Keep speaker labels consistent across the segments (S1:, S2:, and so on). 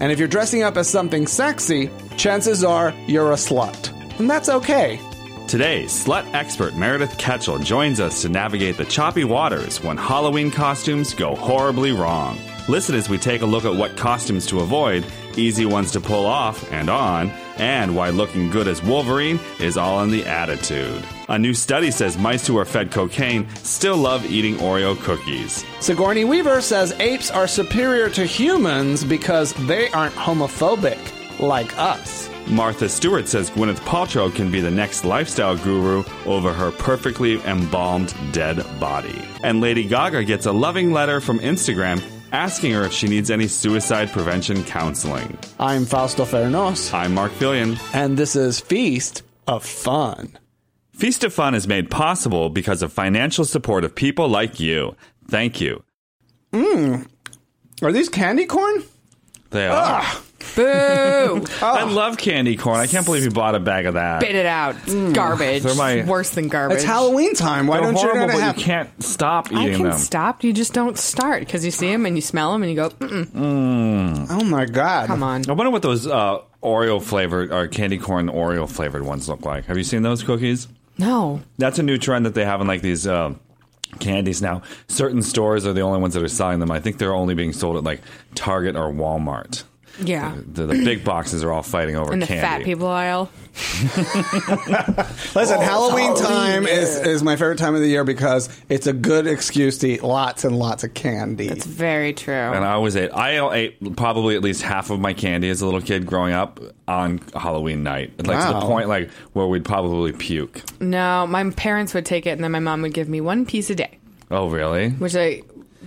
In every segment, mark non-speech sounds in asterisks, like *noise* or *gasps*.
S1: And if you're dressing up as something sexy, chances are you're a slut. And that's okay.
S2: Today, slut expert Meredith Ketchel joins us to navigate the choppy waters when Halloween costumes go horribly wrong. Listen as we take a look at what costumes to avoid, easy ones to pull off and on, and why looking good as Wolverine is all in the attitude. A new study says mice who are fed cocaine still love eating Oreo cookies.
S1: Sigourney Weaver says apes are superior to humans because they aren't homophobic like us.
S2: Martha Stewart says Gwyneth Paltrow can be the next lifestyle guru over her perfectly embalmed dead body. And Lady Gaga gets a loving letter from Instagram asking her if she needs any suicide prevention counseling.
S1: I'm Fausto Fernos,
S2: I'm Mark Fillion.
S1: and this is Feast of Fun.
S2: Feast of Fun is made possible because of financial support of people like you. Thank you.
S1: Are these candy corn?
S2: They are.
S1: Ah,
S3: Boo!
S2: I love candy corn. I can't believe you bought a bag of that.
S3: Spit it out. It's Garbage.
S2: They're my-
S3: Worse than garbage.
S1: Mm. It's Halloween time. Why
S2: They're
S1: don't you
S2: horrible,
S1: know
S2: but
S1: to
S2: you
S1: have?
S2: can't stop
S3: I
S2: eating
S3: can
S2: them.
S3: stop. You just don't start because you see them and you smell them and you go, Mm-mm,
S1: Oh my god!
S3: come on.
S2: I wonder what those uh, Oreo flavored or candy corn Oreo flavored ones look like. Have you seen those cookies?
S3: No.
S2: That's a new trend that they have in like these uh, candies now. Certain stores are the only ones that are selling them. I think they're only being sold at like Target or Walmart.
S3: Yeah.
S2: The, the big boxes are all fighting over
S3: In the
S2: Uh, candy.
S3: fat people aisle.
S1: Listen,
S3: Oh,
S1: Halloween time is, is my favorite time of the year because it's a good excuse to eat lots and lots of candy.
S3: It's very true.
S2: And I always ate. I ate probably at least half of my candy as a little kid growing up on Halloween night. Like to
S1: Wow.
S2: the point like where we'd probably puke.
S3: No, my parents would take it and then my mom would give me one piece a day,
S2: Oh really?
S3: which I.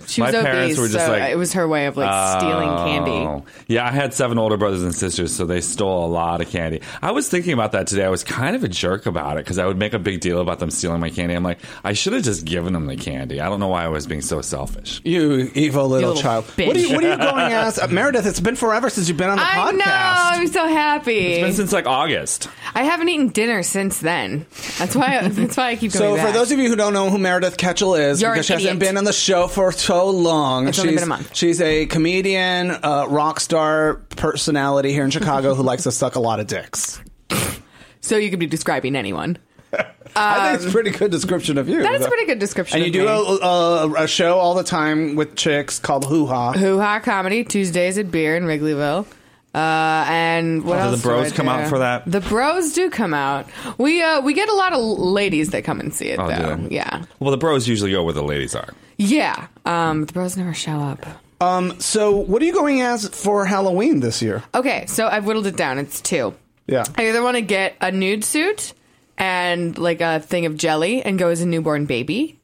S3: She
S2: My
S3: was
S2: parents
S3: obese,
S2: were just
S3: so
S2: like-
S3: it was her way of like stealing candy.
S2: Oh. Yeah, I had seven older brothers and sisters, so they stole a lot of candy. I was thinking about that today. I was kind of a jerk about it because I would make a big deal about them stealing my candy. I'm like, I should have just given them the candy. I don't know why I was being so selfish.
S1: you evil little,
S3: little
S1: child.
S3: bitch.
S1: What, are you, what are
S3: *laughs*
S1: you going as? Uh, Meredith, it's been forever since you've been on the
S3: I know.
S1: podcast.
S3: I'm so happy.
S2: It's been since like August.
S3: I haven't eaten dinner since then. That's why. *laughs* that's why I keep going
S1: So,
S3: back.
S1: for those of you who don't know who Meredith Ketchel is,
S3: You're an
S1: because she hasn't
S3: idiot.
S1: been on the show for so long,
S3: It's only been a month.
S1: She's a comedian, uh, rock star personality here in Chicago who likes to suck a lot of dicks.
S3: so you could be describing anyone.
S1: I think it's a pretty good description of you.
S3: Um, That is a pretty good description.
S1: And you
S3: of
S1: do
S3: me.
S1: a, a, a show all the time with chicks called Hoo Ha.
S3: Hoo Ha Comedy Tuesdays at Beer in Wrigleyville. Uh, and what
S2: Oh, do the
S3: else? do
S2: bros
S3: I
S2: come out
S3: do?
S2: for that?
S3: The bros do come out. We uh, we get a lot of ladies that come and see it
S2: Oh, do
S3: though.
S2: they?
S3: Yeah,
S2: Well, the bros usually go where the ladies are.
S3: yeah. Um, the bros never show up.
S1: Um, so, what are you going as for Halloween this year?
S3: Okay, so I've whittled it down. It's two.
S1: Yeah.
S3: I either want to get a nude suit and like a thing of jelly and go as a newborn baby.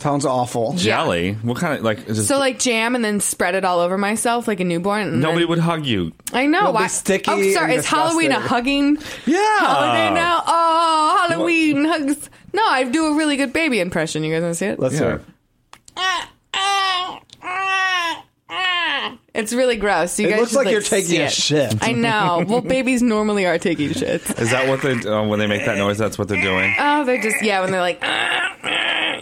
S1: Sounds awful.
S2: Jelly? What kind of like? Just,
S3: So like jam and then spread it all over myself like a newborn. And
S2: nobody
S3: then-
S2: would hug you.
S3: I know.
S1: It'll be
S3: why-
S1: sticky
S3: Oh,
S1: and
S3: sorry. Is Halloween a
S1: disgusting.
S3: hugging?
S1: Yeah.
S3: holiday now. Oh, Halloween hugs. No, I do a really good baby impression. You guys want to see it?
S1: Let's
S2: Yeah.
S1: hear
S3: It's really gross.
S1: it.
S3: You
S1: It
S3: guys
S1: looks
S3: should,
S1: like, you're
S3: see
S1: taking a
S3: it.
S1: shit.
S3: I know. Well, babies normally are taking shits.
S2: Is that what they uh, when they make that noise? That's what they're doing.
S3: Oh, they're just yeah. When they're like,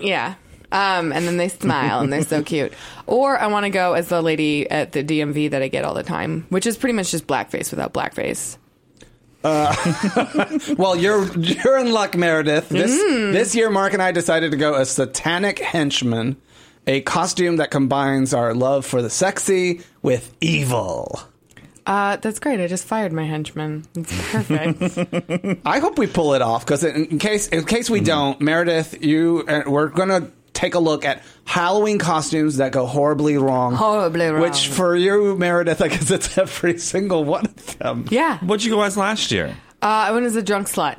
S3: yeah. Um, and then they smile and they're so cute. Or I want to go as the lady at the DMV that I get all the time, which is pretty much just blackface without blackface.
S1: Well, you're you're in luck, Meredith. This this year, Mark and I decided to go as satanic henchman, a costume that combines our love for the sexy with evil.
S3: Uh, that's great. I just fired my henchman. It's
S1: *laughs*
S3: perfect.
S1: I hope we pull it off because in in case in case we don't, Meredith, you uh, we're gonna take a look at Halloween costumes that go horribly wrong.
S3: Horribly wrong.
S1: Which for you, Meredith, I guess it's every single one of them.
S3: yeah.
S2: What'd you go as last year?
S3: Uh, I went as a drunk slut.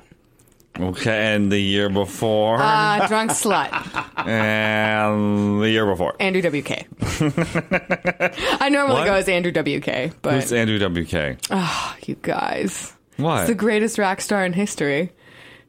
S2: Okay, and the year before,
S3: Uh, drunk
S2: *laughs*
S3: slut.
S2: and the year before.
S3: Andrew WK. I normally
S2: What?
S3: go as Andrew WK, but
S2: Who's Andrew WK?
S3: *sighs* you guys.
S2: what?
S3: He's the greatest rock star in history.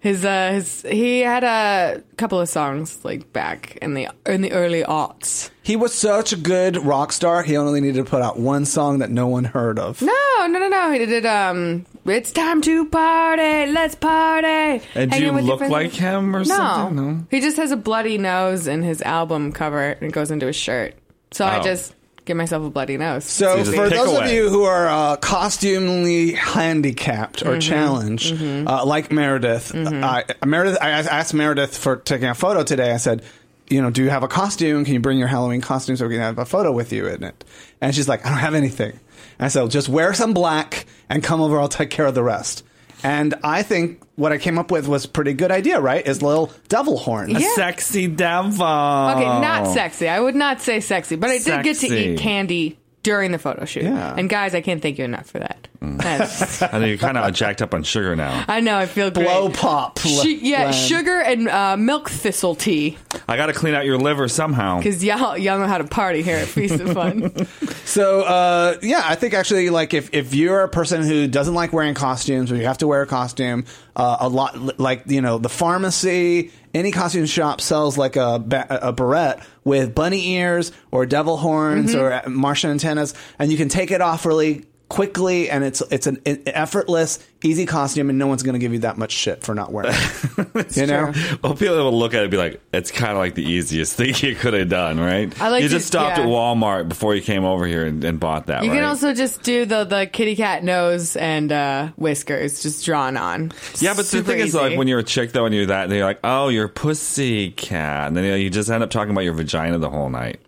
S3: His uh, his he had a couple of songs like back in the in the early aughts.
S1: He was such a good rock star. He only needed to put out one song that no one heard of.
S3: No, no, no, no. He did um. It's time to party. Let's party.
S2: And do
S3: Hanging
S2: you
S3: with your
S2: look
S3: friends.
S2: like him or
S3: no.
S2: something? No.
S3: He just has a bloody nose in his album cover, and it goes into his shirt. So I
S2: Oh.
S3: just give myself a bloody nose.
S1: So,
S2: So just
S1: for
S2: pick
S1: those of
S2: away.
S1: you who are uh, costumely handicapped or challenged, uh, like Meredith, I, Meredith, I asked- asked Meredith for taking a photo today. I said, "You know, do you have a costume? Can you bring your Halloween costume so we can have a photo with you in it?" And she's like, "I don't have anything." And I said, well, "Just wear some black and come over. I'll take care of the rest." And I think what I came up with was a pretty good idea, right? Is little devil horn.
S3: Yeah.
S2: Sexy devil. Okay,
S3: Okay, not sexy. I would not say sexy, but I did get to
S2: Oh. Sexy.
S3: eat candy during the photo shoot.
S1: Yeah.
S3: And guys, I can't thank you enough for that.
S2: *laughs*
S3: That's-
S2: I know you're kind of jacked up on sugar now.
S3: I know I feel great.
S1: Blow pop.
S3: Sh- yeah,
S1: Land.
S3: sugar and uh, milk thistle tea
S2: I got to clean out your liver somehow.
S3: because y'all y'all know how to party here at Feast of
S2: *laughs*
S3: Fun.
S1: So uh, yeah, I think actually, like if, if you're a person who doesn't like wearing costumes or you have to wear a costume, uh, a lot like you know the pharmacy, any costume shop sells like a ba- a beret with bunny ears or devil horns
S3: Mm-hmm.
S1: or Martian antennas, and you can take it off really quickly, and it's it's an, an effortless, easy costume, and no one's going to give you that much shit for not wearing.
S3: *laughs*
S1: it. you know,
S2: Well, people will look at it and be like, it's kind of like the easiest thing you could have done, right?
S3: I like
S2: you
S3: to-
S2: just stopped
S3: yeah.
S2: at Walmart before you came over here and, and bought that,
S3: You
S2: right?
S3: can also just do the the kitty cat nose and uh, whiskers just drawn on.
S2: yeah, but the
S3: Super
S2: thing is,
S3: easy.
S2: like, when you're a chick, though, and you're that, then you're like, oh, you're pussy cat. And then you, know, you just end up talking about your vagina the whole night.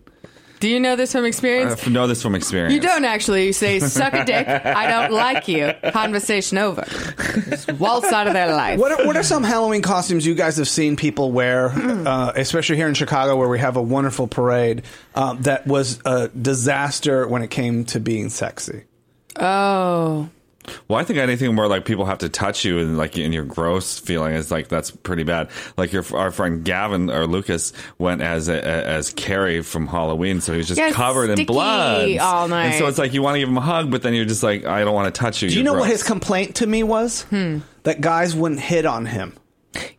S3: do you know this from experience?
S2: I know this from experience.
S3: You don't actually. You say, suck a dick. I don't like you. Conversation over. Just waltz out of their life.
S1: What are, what are some Halloween costumes you guys have seen people wear,
S2: Hmm.
S1: uh, especially here in Chicago where we have a wonderful parade um, that was a disaster when it came to being sexy?
S3: Oh.
S2: Well, I think anything where like people have to touch you and like in your gross feeling is like that's pretty bad. Like your our friend Gavin or Lucas went as a, as Carrie from Halloween, so he was just
S3: Yeah,
S2: covered in
S3: sticky
S2: blood
S3: all night.
S2: And so it's like you want to give him a hug, but then you're just like, I don't want to touch you.
S1: Do you know what his complaint to me was?
S2: Hmm.
S1: That guys wouldn't hit on him.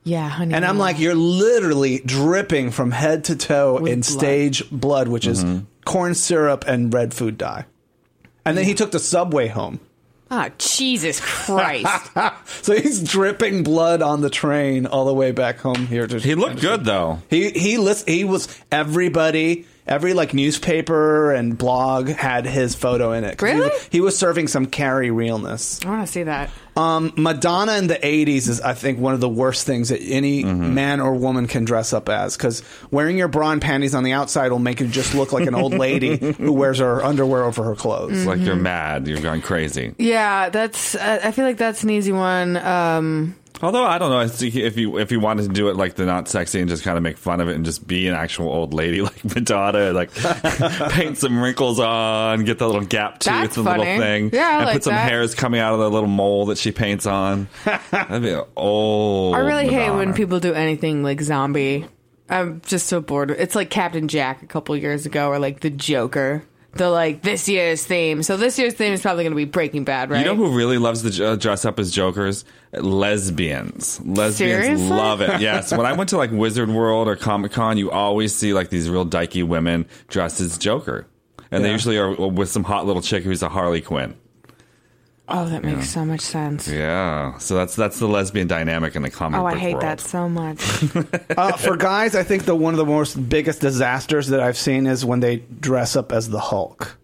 S3: Yeah, honey.
S1: And
S2: Hmm.
S1: I'm like, you're literally dripping from head to toe in
S3: blood.
S1: stage blood, which
S2: Mm-hmm.
S1: is corn syrup and red food dye. And then he took the subway home. *laughs*
S3: oh, Jesus Christ.
S1: So he's dripping blood on the train all the way back home here to
S2: He looked good though.
S1: He he list he was everybody every like newspaper and blog had his photo in it. 'Cause He,
S3: Really?
S1: was- he was serving some carry realness.
S3: I want to see that.
S1: Um, Madonna in the '80s is, I think, one of the worst things that any man or woman can dress up as because wearing your bra and panties on the outside will make you just look like an old lady who wears her underwear over her clothes.
S2: It's like
S3: Mm-hmm.
S2: you're mad, you've gone crazy.
S3: Yeah, that's. Uh, I feel like that's an easy one. Um,
S2: Although I don't know, I think if you if you wanted to do it like the not sexy and just kind of make fun of it and just be an actual old lady *laughs* like Madonna, and, like *laughs* paint some wrinkles on, get the little gap tooth
S3: That's
S2: and little
S3: funny.
S2: thing,
S3: Yeah, I
S2: and
S3: like
S2: put some
S3: that.
S2: hairs coming out of the little mole that she paints
S3: *laughs*
S2: on. That'd be an old.
S3: I really hate
S2: Madonna.
S3: when people do anything like zombie. I'm just so bored. It's like Captain Jack a couple years ago, or like the Joker. The like this year's theme. So this year's theme is probably going to be Breaking Bad, right?
S2: You know who really loves to uh, dress up as jokers? Lesbians. Lesbians
S3: Seriously?
S2: love *laughs* it. Yes. when I went to like Wizard World or Comic Con, you always see like these real dykey women dressed as Joker, and they
S1: Yeah.
S2: usually are uh, with some hot little chick who's a Harley Quinn.
S3: oh, that makes so much sense.
S2: Yeah. So that's that's the lesbian dynamic in the comic.
S3: Oh, I
S2: book
S3: hate
S2: world.
S3: that so much.
S1: Uh, for guys, I think the one of the most biggest disasters that I've seen is when they dress up as the Hulk.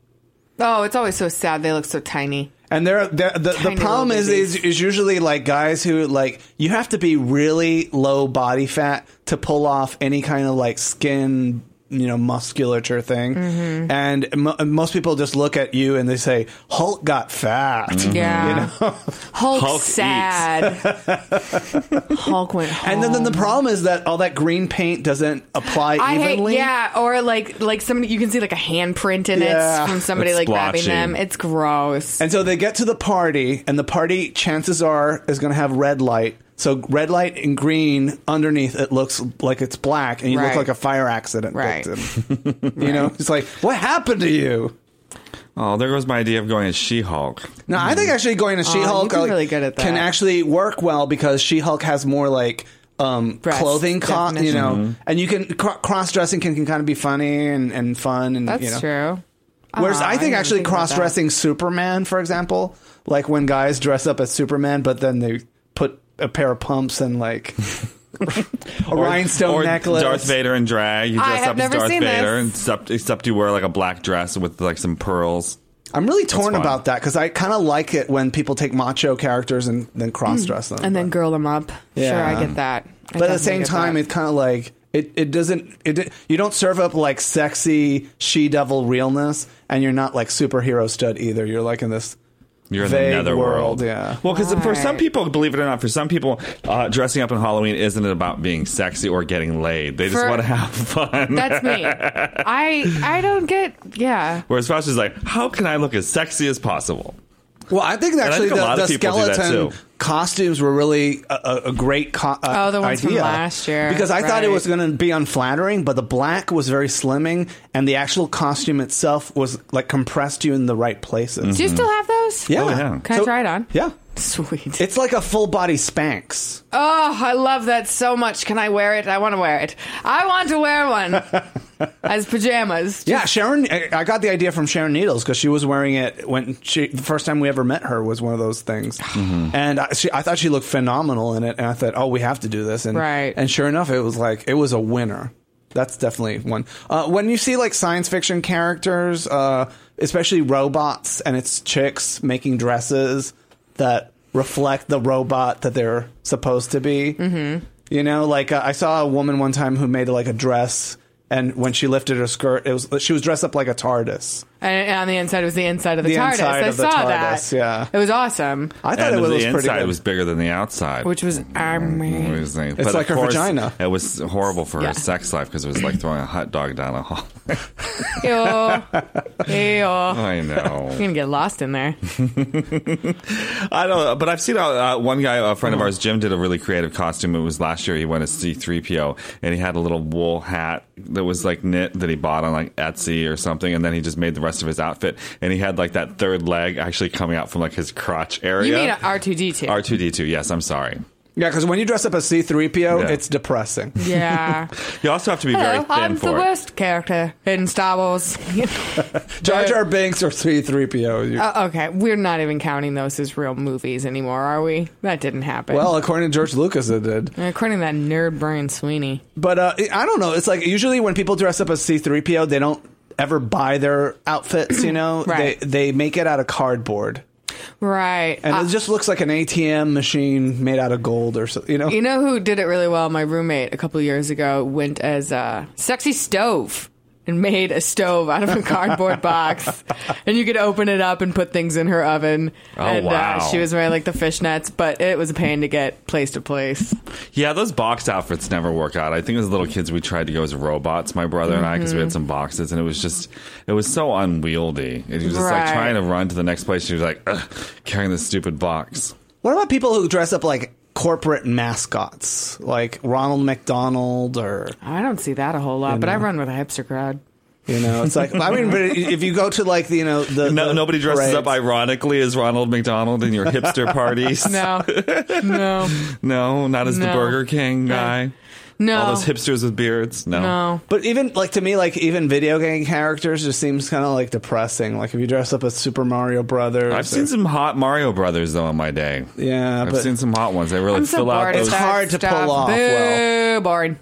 S3: oh, it's always so sad. They look so tiny.
S1: And there, there the, the
S3: Tiny
S1: problem
S3: little
S1: is, is
S3: babies.
S1: is usually like guys who like you have to be really low body fat to pull off any kind of like skin you know musculature thing,
S3: Mm-hmm.
S1: and mo- most people just look at you and they say Hulk got fat.
S3: Mm-hmm. Yeah. Hulk,
S2: Hulk eats.
S3: sad. Hulk went
S1: *laughs*
S3: home.
S1: And then, then the problem is that all that green paint doesn't apply
S3: I
S1: evenly.
S3: hate, yeah, or like like somebody you can see like a handprint in
S1: Yeah.
S3: it from somebody
S2: It's
S3: like grabbing
S2: splotchy.
S3: them. It's gross.
S1: And so they get to the party, and the party chances are is going to have red light. So red light and green underneath it looks like it's black, and you
S3: Right.
S1: look like a fire accident
S3: Right.
S1: victim.
S3: *laughs*
S1: you know, it's like what happened to you?
S2: Oh, there goes my idea of going as She-Hulk.
S1: No, I think actually going to She-Hulk
S3: Hmm. you'd be
S1: like,
S3: really good at
S1: can
S3: that.
S1: actually work well because She-Hulk has more like um,
S3: Breast
S1: clothing, co- you
S3: definition.
S1: know, and you can cr- cross-dressing can, can kind of be funny and, and fun, and
S3: That's
S1: you know.
S3: true.
S1: Whereas
S3: Aw,
S1: I
S3: I
S1: think
S3: didn't
S1: actually
S3: think about that.
S1: cross-dressing Superman, for example, like when guys dress up as Superman, but then they put a pair of pumps and like *laughs* a rhinestone
S2: or
S1: necklace.
S2: Darth Vader in drag. You
S3: I
S2: dress
S3: have
S2: up as
S3: never
S2: Darth
S3: seen
S2: Vader,
S3: this.
S2: except except you wear like a black dress with like some pearls.
S1: I'm really torn
S2: fine.
S1: about that because I kind of like it when people take macho characters and then cross-dress them.
S3: Mm. And then
S1: but-
S3: girl them up. Sure,
S1: Yeah.
S3: I get that. I
S1: but at
S3: definitely
S1: the same
S3: get
S1: time,
S3: that.
S1: it kind of like it, it doesn't it you don't serve up like sexy she devil realness, and you're not like superhero stud either. You're like in this
S2: You're in
S1: vague
S2: the
S1: world,
S2: netherworld.
S1: yeah.
S2: Well, because for some
S3: Right.
S2: people, believe it or not, for some people, uh, dressing up on Halloween isn't about being sexy or getting laid. They just
S3: For-
S2: want to have *laughs* fun.
S3: *laughs* That's me. I I don't get yeah.
S2: Whereas Fauci's is like, how can I look as sexy as possible?
S1: Well, I think
S2: I
S1: actually
S2: think a lot
S1: the,
S2: of
S1: the
S2: people do that,
S1: skeleton
S2: too.
S1: costumes were really a, a, a great co- uh,
S3: Oh, the ones from
S1: idea.
S3: last year,
S1: Because I thought it
S3: right.
S1: was going to be unflattering, but the black was very slimming, and the actual costume itself was like compressed you in the right places.
S3: Do you still have those?
S1: Mm. Yeah.
S2: Oh, yeah.
S3: Can I try it on?
S1: Yeah.
S3: Sweet.
S1: It's like a full body Spanx.
S3: Oh, I love that so much. Can I wear it? I want to wear it. I want to wear one
S1: *laughs*
S3: as pajamas.
S1: Yeah, Sharon. I I got the idea from Sharon Needles because she was wearing it when she the first time we ever met her was one of those
S3: *sighs*
S1: things,
S3: Mm-hmm.
S1: and I, she, I thought she looked phenomenal in it, and I thought, oh, we have to do this, and
S3: Right.
S1: and sure enough, it was like it was a winner. That's definitely one. Uh, when you see like science fiction characters, uh, especially robots, and it's chicks making dresses that reflect the robot that they're supposed to be. Mm-hmm. You know, like uh, I saw a woman one time who made like a dress, and when she lifted her skirt, it was she was dressed up like a TARDIS.
S3: And and on the inside was the inside of the,
S1: The
S3: TARDIS.
S1: inside
S3: I
S1: of the
S3: saw
S1: TARDIS,
S3: that.
S1: yeah.
S3: It was awesome.
S1: I thought
S2: and
S1: it was,
S2: the
S1: pretty
S2: inside
S1: good.
S2: was bigger than the outside.
S3: Which
S1: *laughs*
S3: was
S2: What do
S3: army.
S2: you think?
S1: It's
S2: of
S1: like her
S2: course,
S1: vagina.
S2: It was horrible for
S3: Yeah.
S2: her sex life because it was like throwing a hot dog down a hall. *laughs*
S3: Ew. Ew.
S2: I know.
S3: You're gonna get lost in there.
S2: I don't know, but I've seen uh, uh, one guy, a friend of ours, Jim, did a really creative costume. It was last year. He went as C3PO and he had a little wool hat that was like knit that he bought on like Etsy or something. And then he just made the rest of his outfit. And he had like that third leg actually coming out from like his crotch area.
S3: You mean a R2D2?
S2: R2D2. Yes, I'm sorry.
S1: yeah, because when you dress up as C three PO,
S2: Yeah.
S1: it's depressing.
S3: Mm-hmm. yeah.
S2: You also have to be very
S3: *laughs* Hello,
S2: thin
S3: I'm
S2: for
S3: the
S2: it.
S3: worst character in Star Wars.
S1: Jar Jar Binks or C three PO.
S3: Uh, okay, we're not even counting those as real movies anymore, are we? That didn't happen.
S1: Well, according to George Lucas, it did.
S3: according to that nerd Brian Sweeney.
S1: But uh, I don't know. It's like usually when people dress up as C3PO, they don't ever buy their outfits, you know?
S3: Right.
S1: They they make it out of cardboard.
S3: Right.
S1: And
S3: Uh,
S1: it just looks like an ATM machine made out of gold or so, you know?
S3: you know who did it really well? My roommate a couple years ago went as a sexy stove and made a stove out of
S2: *laughs*
S3: a cardboard box. And you could open it up and put things in her oven.
S2: Oh,
S3: and
S2: wow.
S3: uh, she was wearing like the fishnets, but it was a pain to get place to place.
S2: Yeah, those box outfits never work out. I think as little kids, we tried to go as robots, my brother and I, because we
S3: Mm-hmm.
S2: had some boxes, and it was just, it was so unwieldy. It was just like
S3: Right.
S2: trying to run to the next place, and you're like, Ugh, carrying this stupid box.
S1: What about people who dress up like corporate mascots, like Ronald McDonald or,
S3: I don't see that a whole lot, but I run with a hipster
S2: *laughs*
S3: crowd.
S1: you know? It's like, I mean, but if you go to like, the, you know, the.
S2: No,
S1: the
S2: nobody dresses
S1: parades-
S2: up ironically as Ronald McDonald in your
S3: *laughs*
S2: hipster parties.
S3: No, no,
S2: No, not as the
S3: No.
S2: Burger King guy.
S3: no.
S2: All those hipsters with beards. No.
S3: No.
S1: But even like to me, like even video game characters just seems kind of like depressing. Like if you dress up as Super Mario Brothers,
S2: I've seen
S1: or-
S2: some hot Mario Brothers though in my day.
S1: Yeah,
S2: I've
S1: but-
S2: seen some hot ones. They really
S3: I'm
S2: fill
S3: so
S2: out
S3: bored.
S2: those
S3: of that
S1: hard to pull
S3: stuff.
S1: off
S3: Boo,
S1: well.
S3: boring.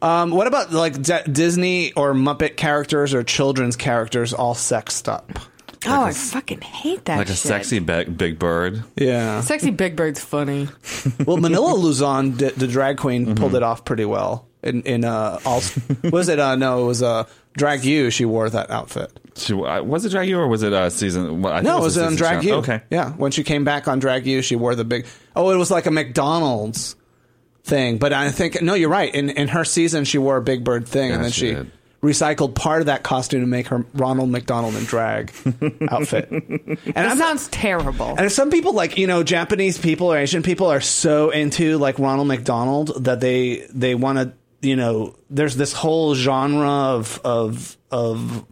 S1: Um, what about like D- Disney or Muppet characters or children's characters all sexed up?
S3: oh, I fucking hate that.
S2: like a
S3: shit.
S2: sexy be- big bird.
S1: Yeah.
S3: sexy big bird's
S2: *laughs*
S3: funny.
S1: *laughs* Well, Manila Luzon, d- the drag queen, pulled it off pretty well. In in uh, all *laughs* was it? Uh, no, it was uh, drag you. She wore that outfit.
S2: She, uh, was it drag you or was it uh, season? Well, I think
S1: No, it was
S2: the
S1: on
S2: season
S1: drag
S2: challenge.
S1: you.
S2: Okay,
S1: yeah. When she came back on drag you, she wore the big. Oh, it was like a McDonald's thing. But I think no, you're right. In in her season, she wore a Big Bird thing,
S2: Yeah,
S1: and then
S2: she
S1: she.
S2: did.
S1: Recycled part of that costume to make her Ronald McDonald in *laughs* drag outfit, and
S3: That
S1: I'm
S3: sounds terrible.
S1: And if some people like you know Japanese people or Asian people are so into like Ronald McDonald that they they want to you know there's this whole genre of of of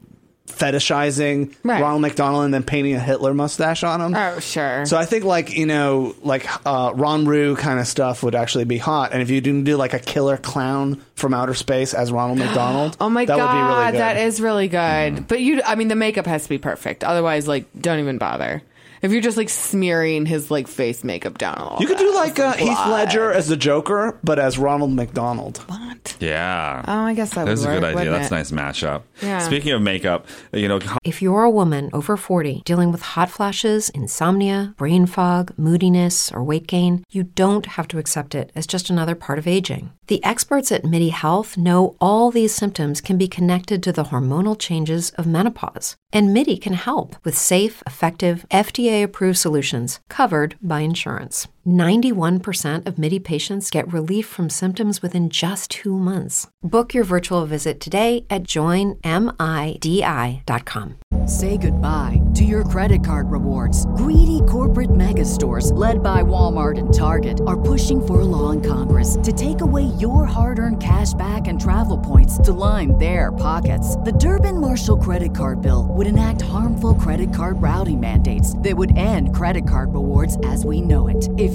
S1: fetishizing
S3: Right.
S1: Ronald McDonald and then painting a Hitler mustache on him.
S3: Oh, sure.
S1: So I think like you know like uh, Ron Rue kind of stuff would actually be hot, and if you didn't do like a killer clown from outer space as Ronald McDonald,
S3: *gasps* Oh my
S1: that
S3: god,
S1: would be really good. Mm-hmm.
S3: that is really good. But you, I mean, the makeup has to be perfect. Otherwise, like, don't even bother. If you're just like smearing his like face makeup down, all
S1: You could do like uh,
S3: that's
S1: Heath
S3: blood.
S1: Ledger as the Joker, but as Ronald McDonald.
S3: What?
S2: yeah.
S3: Oh, I guess that
S2: That's
S3: would
S2: a good
S3: work,
S2: idea.
S3: wouldn't
S2: That's a
S3: it?
S2: nice mashup.
S3: Yeah.
S2: Speaking of makeup, you know,
S4: If you're a woman over 40 dealing with hot flashes, insomnia, brain fog, moodiness, or weight gain, you don't have to accept it as just another part of aging. The experts at MIDI Health know all these symptoms can be connected to the hormonal changes of menopause, and MIDI can help with safe, effective, FDA approved solutions covered by insurance. 91% of MIDI patients get relief from symptoms within just two months. Book your virtual visit today at joinmidi.com.
S5: Say goodbye to your credit card rewards. Greedy corporate mega stores, led by Walmart and Target, are pushing for a law in Congress to take away your hard earned cash back and travel points to line their pockets. The Durbin Marshall credit card bill would enact harmful credit card routing mandates that would end credit card rewards as we know it. If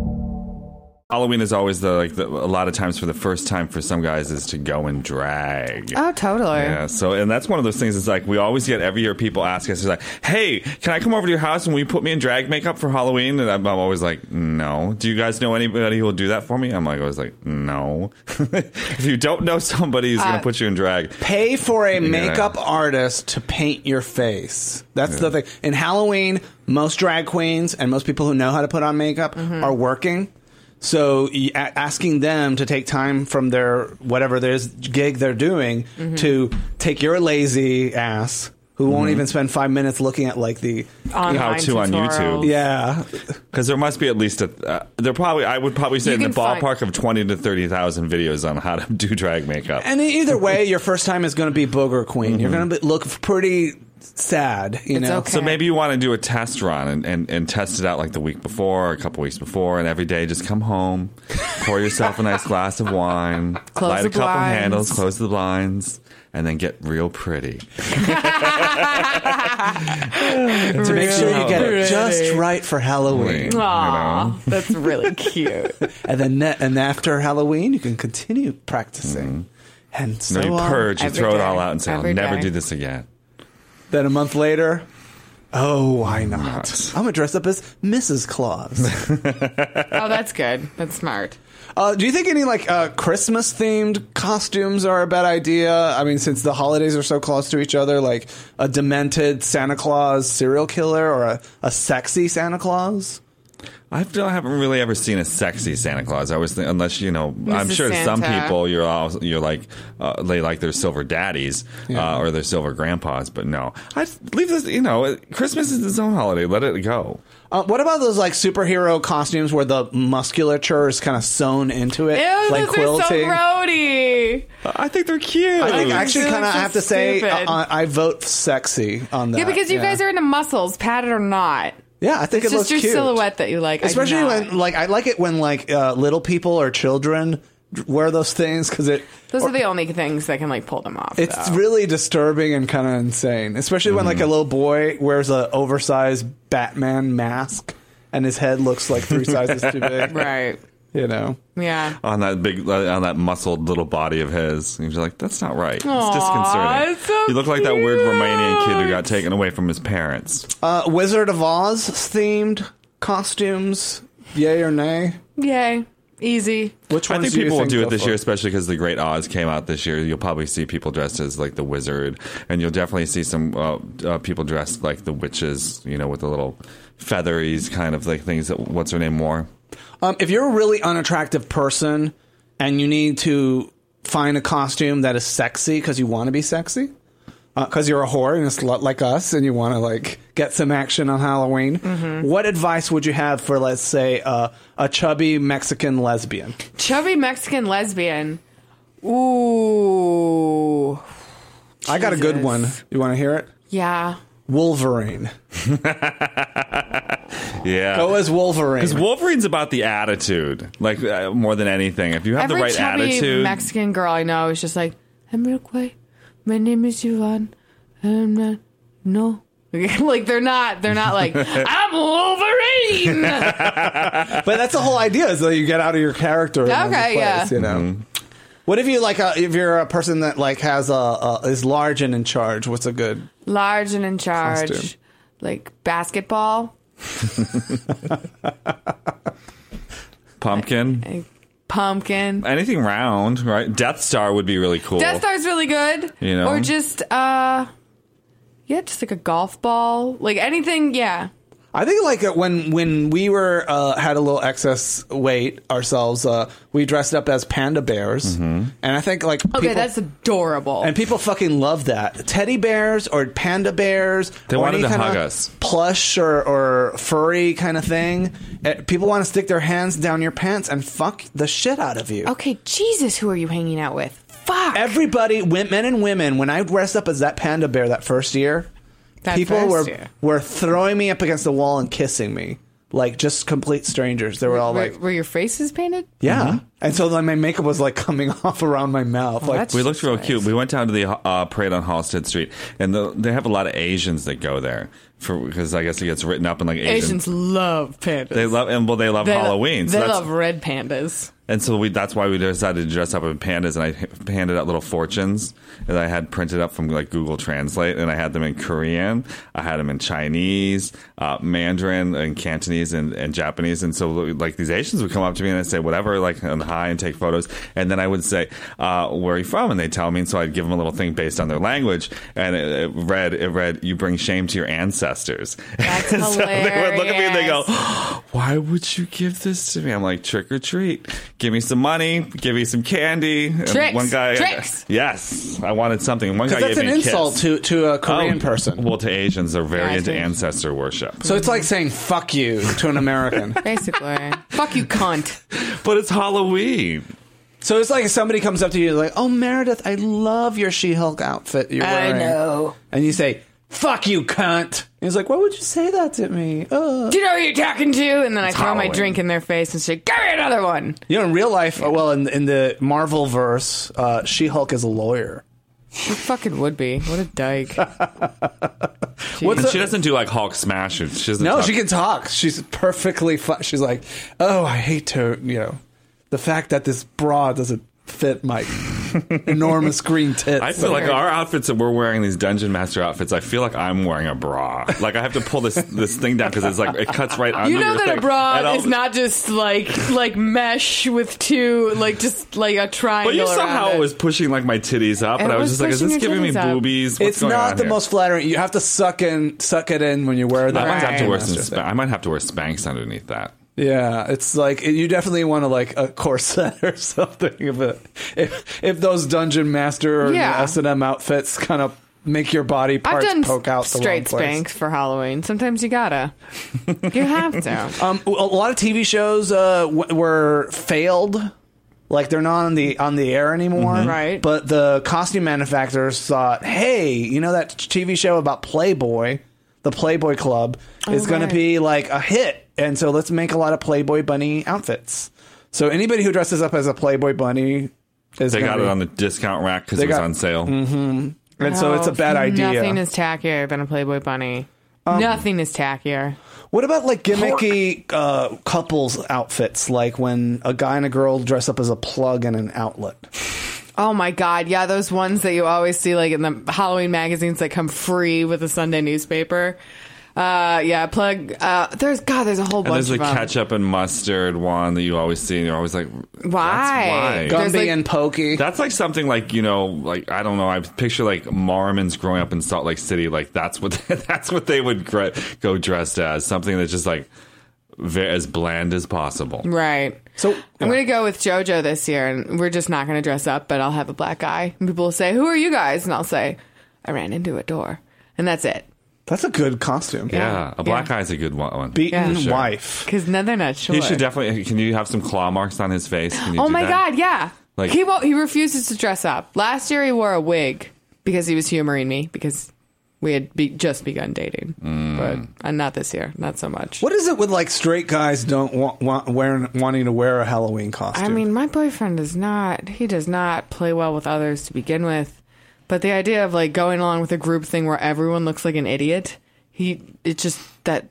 S2: Halloween is always the like the, a lot of times for the first time for some guys is to go and drag.
S3: Oh, totally.
S2: Yeah, so and that's one of those things. It's like we always get every year people ask us, it's like, "Hey, can I come over to your house and will you put me in drag makeup for Halloween?" And I'm, I'm always like, "No." Do you guys know anybody who will do that for me? I'm like, always like, "No." *laughs* if you don't know somebody who's
S3: Uh,
S2: gonna put you in drag,
S1: Pay for a makeup artist to paint your face. That's the thing. In Halloween, most drag queens and most people who know how to put on makeup
S3: Mm-hmm.
S1: are working. So y- a- asking them to take time from their whatever their gig they're doing
S3: Mm-hmm.
S1: to take your lazy ass who won't even spend 5 minutes looking at like the
S3: Online
S2: How to on
S3: tutorials.
S2: YouTube.
S1: yeah
S2: because there must be at least a uh, there probably I would probably say
S3: You
S2: in the
S3: can find-
S2: ballpark of twenty to thirty thousand videos on how to *laughs* do drag makeup.
S1: and e- either way your first time is going to be booger queen. You're going to be- look pretty sad, you
S3: It's
S1: know.
S3: okay.
S2: So maybe you want to do a test run and, and, and test it out like the week before, or a couple weeks before, and every day just come home,
S3: *laughs*
S2: pour yourself a nice glass of wine,
S3: Close
S2: light
S3: the
S2: a couple
S3: blinds.
S2: handles, close the blinds, and then get real pretty.
S1: to make sure you get it
S3: Really?
S1: just right for Halloween.
S2: You know?
S3: Aw,
S1: *laughs*
S3: that's really cute.
S1: and then ne- and after Halloween, you can continue practicing. And so
S2: Mm-hmm. No, you
S1: on.
S2: purge, you
S3: Every
S2: throw it
S3: day.
S2: all out and say, I'll
S3: Every
S2: never
S3: day.
S2: do this again.
S1: Then a month later, oh, why not?
S2: Not.
S1: I'm gonna dress up as Mrs.
S2: *laughs*
S1: Claus.
S3: Oh, that's good. That's smart.
S1: uh, do you think any like uh, Christmas themed costumes are a bad idea? I mean, since the holidays are so close to each other, like a demented Santa Claus serial killer or a, a sexy Santa Claus.
S2: I feel I haven't really ever seen a sexy Santa Claus. I was think, unless you know, I'm
S3: Mrs.
S2: sure some
S3: Santa.
S2: people you're all, you're like uh, they like their silver daddies uh, or their silver grandpas, but no, I leave this. You know, Christmas is its own holiday. Let it go.
S1: Uh, what about those like superhero costumes where the musculature is kind of sewn into it,
S3: Ew,
S1: like
S3: those are so
S1: quilting? Uh,
S3: grody.
S2: Uh, I think they're cute.
S1: I think
S3: Ooh.
S1: actually,
S3: It's
S1: kind of, I
S3: just
S1: have to say,
S3: stupid.
S1: uh, I vote sexy on that.
S3: Yeah, because you guys are into muscles, padded or not.
S1: Yeah, I think
S3: It's
S1: it looks
S3: just your
S1: cute.
S3: silhouette that you like. I do
S1: especially
S3: not.
S1: when like I like it when like uh, little people or children d- wear those things because it
S3: those are the only things that can like pull them off.
S1: it's
S3: though.
S1: really disturbing and kind of insane. Especially when like
S2: Mm-hmm.
S1: a little boy wears an oversized Batman mask and his head looks like
S3: *laughs*
S1: three sizes too big.
S3: right.
S1: You know.
S3: Yeah.
S2: on that big uh, on that muscled little body of his. And he's like, "That's not right. It's disconcerting.
S3: it's so
S2: you look like that weird Romanian kid who got
S3: cute.
S2: taken away from his parents."
S1: Uh, Wizard of Oz themed costumes, yay or nay?
S3: Yay. Easy.
S1: Which
S2: I
S1: ones
S2: think
S1: do you
S2: people will do
S1: go
S2: it this
S1: for?
S2: year, especially because the Great Oz came out this year. You'll probably see people dressed as like the wizard, and you'll definitely see some uh, uh, people dressed like the witches. You know, with the little featheries kind of like things that what's her name wore.
S1: Um, if you're a really unattractive person and you need to find a costume that is sexy because you want to be sexy, because you're a whore and a slut like us, and you want to like get some action on Halloween,
S3: Mm-hmm.
S1: what advice would you have for, let's say, uh, a chubby Mexican lesbian?
S3: Chubby Mexican lesbian. Ooh.
S1: I got a good
S3: Jesus.
S1: one. You want to hear it?
S3: Yeah.
S1: Wolverine.
S2: Yeah.
S3: Oh,
S1: Go as *laughs* Wolverine.
S2: Because Oh, Wolverine's about the attitude, like uh, more than anything. If you have
S3: Every
S2: the right
S3: chubby
S2: attitude,
S3: Mexican girl I know is just like, I'm real quick. My name is Yvonne. And uh, no. *laughs* like they're not they're not
S2: *laughs*
S3: like I'm Wolverine.
S1: but that's the whole idea is that you get out of your character. and into
S3: Okay,
S1: place,
S3: yeah.
S1: You know. What if you like? A, if you're a person that like has a, a is large and in charge, what's a good
S3: Large and in charge.
S1: Costume.
S3: Like basketball.
S2: pumpkin,
S3: like Pumpkin.
S2: anything round, right? Death Star would be really cool.
S3: Death Star's really good.
S2: You know?
S3: Or just uh yeah, just like a golf ball. Like anything, yeah.
S1: I think like uh, when when we were uh, had a little excess weight ourselves, uh, we dressed up as panda bears,
S2: Mm-hmm.
S1: and I think like
S3: Okay,
S1: people,
S3: that's adorable.
S1: and people fucking love that teddy bears or panda bears.
S2: They
S1: or
S2: wanted
S1: any
S2: to
S1: kinda
S2: hug us.
S1: plush or, or furry kind of thing. Uh, People want to stick their hands down your pants and fuck the shit out of you.
S3: okay, Jesus, who are you hanging out with? Fuck.
S1: Everybody, wom- men and women, when I dressed up as that panda bear that first year,
S3: That
S1: people
S3: first
S1: were
S3: year.
S1: were throwing me up against the wall and kissing me like just complete strangers. They were all
S3: were,
S1: like.
S3: were your faces painted?
S1: Yeah. And so like my makeup was like coming *laughs* off around my mouth. like
S3: that's-
S2: We looked real cute. We went down to the uh, parade on Halstead Street, and the, they have a lot of Asians that go there for because I guess it gets written up in like Asian.
S3: Asians love pandas.
S2: They love and well, they love
S3: They lo-
S2: Halloween. so
S3: they
S2: that's-
S3: love red pandas.
S2: and so we that's why we decided to dress up in pandas, and I h- handed out little fortunes that I had printed up from like Google Translate, and I had them in Korean, I had them in Chinese, uh, Mandarin, and Cantonese, and, and Japanese, and so like these Asians would come up to me and I'd say whatever, like and hi and take photos, and then I would say uh, where are you from, and they tell me, and so I'd give them a little thing based on their language, and it, it read it read you bring shame to your ancestors.
S3: That's
S2: *laughs* so they would look at me and they go,
S3: hilarious.
S2: *gasps* why would you give this to me? I'm like, trick or treat. Give me some money. Give me some candy. And
S3: Tricks.
S2: One guy.
S3: Tricks.
S2: Yes, I wanted something. One guy
S1: that's
S2: gave
S1: an
S2: me a kiss.
S1: insult to, to a Korean
S2: Oh,
S1: person.
S2: Well, to Asians, they're very
S3: Yeah, I
S2: into
S3: see.
S2: ancestor worship.
S1: so it's like saying fuck you to an
S2: *laughs*
S1: American.
S3: Basically, *laughs* fuck you, cunt.
S2: But it's Halloween.
S1: so it's like if somebody comes up to you like, "Oh Meredith, I love your She-Hulk outfit you're
S3: I
S1: wearing."
S3: know.
S1: And you say, "Fuck you, cunt." And he's like, "Why would you say that to me?" "Oh, Ugh.
S3: Do you know who you're talking to? And then I throw
S2: Halloween.
S3: my drink in their face and say, "Give me another one."
S1: You know, in real life, uh, well, in in the Marvel verse, uh, She-Hulk is a lawyer.
S3: You fucking would be. What a dyke.
S1: What's
S2: And
S1: up?
S2: she doesn't do like Hulk smash. She doesn't.
S1: No,
S2: talk.
S1: she can talk. She's perfectly fine. She's like, oh, I hate to, you know, the fact that this bra doesn't fit
S2: *laughs*
S1: my enormous green tits.
S2: I feel like our outfits that we're wearing, these dungeon master outfits, I feel like I'm wearing a bra. Like I have to pull this this thing down because it's like it cuts right under.
S3: You know
S2: your
S3: that
S2: thing.
S3: a bra
S2: And
S3: is
S2: I'll-
S3: not just like like mesh with two like just like a triangle.
S2: But you saw
S3: around
S2: how
S3: it.
S2: it was pushing like my titties up,
S3: It
S2: and I was
S3: was
S2: just like, "Is
S3: pushing
S2: this
S3: your
S2: giving me
S3: titties up.
S2: boobies?" What's
S1: it's
S2: going
S1: not
S2: on
S1: the
S2: here?
S1: most flattering. You have to suck in, suck it in when you wear that.
S2: I might have to
S3: Right.
S2: wear some.
S1: That's
S2: Spa- I might have to wear Spanx underneath that.
S1: Yeah, it's like you definitely want to like a corset *laughs* or something. If it, if, if those dungeon master or
S3: Yeah.
S1: S and M outfits kind of make your body
S3: I've
S1: parts
S3: done
S1: poke out the
S3: straight
S1: wrong place.
S3: spanks for Halloween. Sometimes you gotta. you have to.
S1: Um, a lot of TV shows uh, w- were failed. Like they're not on the on the air anymore,
S3: Right.
S1: But the costume manufacturers thought, hey, you know that TV show about Playboy, the Playboy Club, is going
S3: Oh, right.
S1: to be like a hit, and so let's make a lot of Playboy bunny outfits. So anybody who dresses up as a Playboy bunny is
S2: They
S1: gonna
S2: got
S1: be-
S2: it on the discount rack because it was
S1: got- Mm-hmm.
S2: on sale.
S1: and so it's a bad idea.
S3: Oh,
S1: Um,
S3: Nothing is tackier than a Playboy bunny. Nothing is tackier.
S1: What about like gimmicky uh, couples outfits, like when a guy and a girl dress up as a plug and an outlet?
S3: Oh my god, yeah, those ones that you always see like in the Halloween magazines that come free with the Sunday newspaper. Uh, yeah, plug. Uh, there's God. There's a whole
S2: And
S3: bunch
S2: there's the
S3: of them.
S2: ketchup and mustard one that you always see, and you're always like,
S3: Why?
S2: That's why.
S3: Go-
S1: Gumby
S3: There's, like-
S1: and Pokey.
S2: That's like something like you know, like I don't know. I picture like Mormons growing up in Salt Lake City. Like that's what that's what they *laughs* would gre- go dressed as. Something that's just like ve as bland as possible.
S3: Right.
S1: so
S3: I'm gonna go with JoJo this year, and we're just not gonna dress up. But I'll have a black eye, and people will say, "Who are you guys?" And I'll say, "I ran into a door," and that's it.
S1: that's a good costume.
S2: Yeah, a black eye's a good one. one.
S1: Beaten
S3: Yeah.
S2: Sure.
S1: wife.
S3: Because then they're not sure.
S2: He should definitely. Can you have some claw marks on his face? Can you
S3: oh
S2: do
S3: my
S2: that?
S3: God! Yeah.
S2: Like-
S3: he won't. He refuses to dress up. Last year he wore a wig because he was humoring me because we had be- just begun dating, but uh, not this year. Not so much.
S1: What is it with like straight guys don't want, want wearing wanting to wear a Halloween costume?
S3: I mean, my boyfriend does not. He does not play well with others to begin with. But the idea of like going along with a group thing where everyone looks like an idiot, he it just that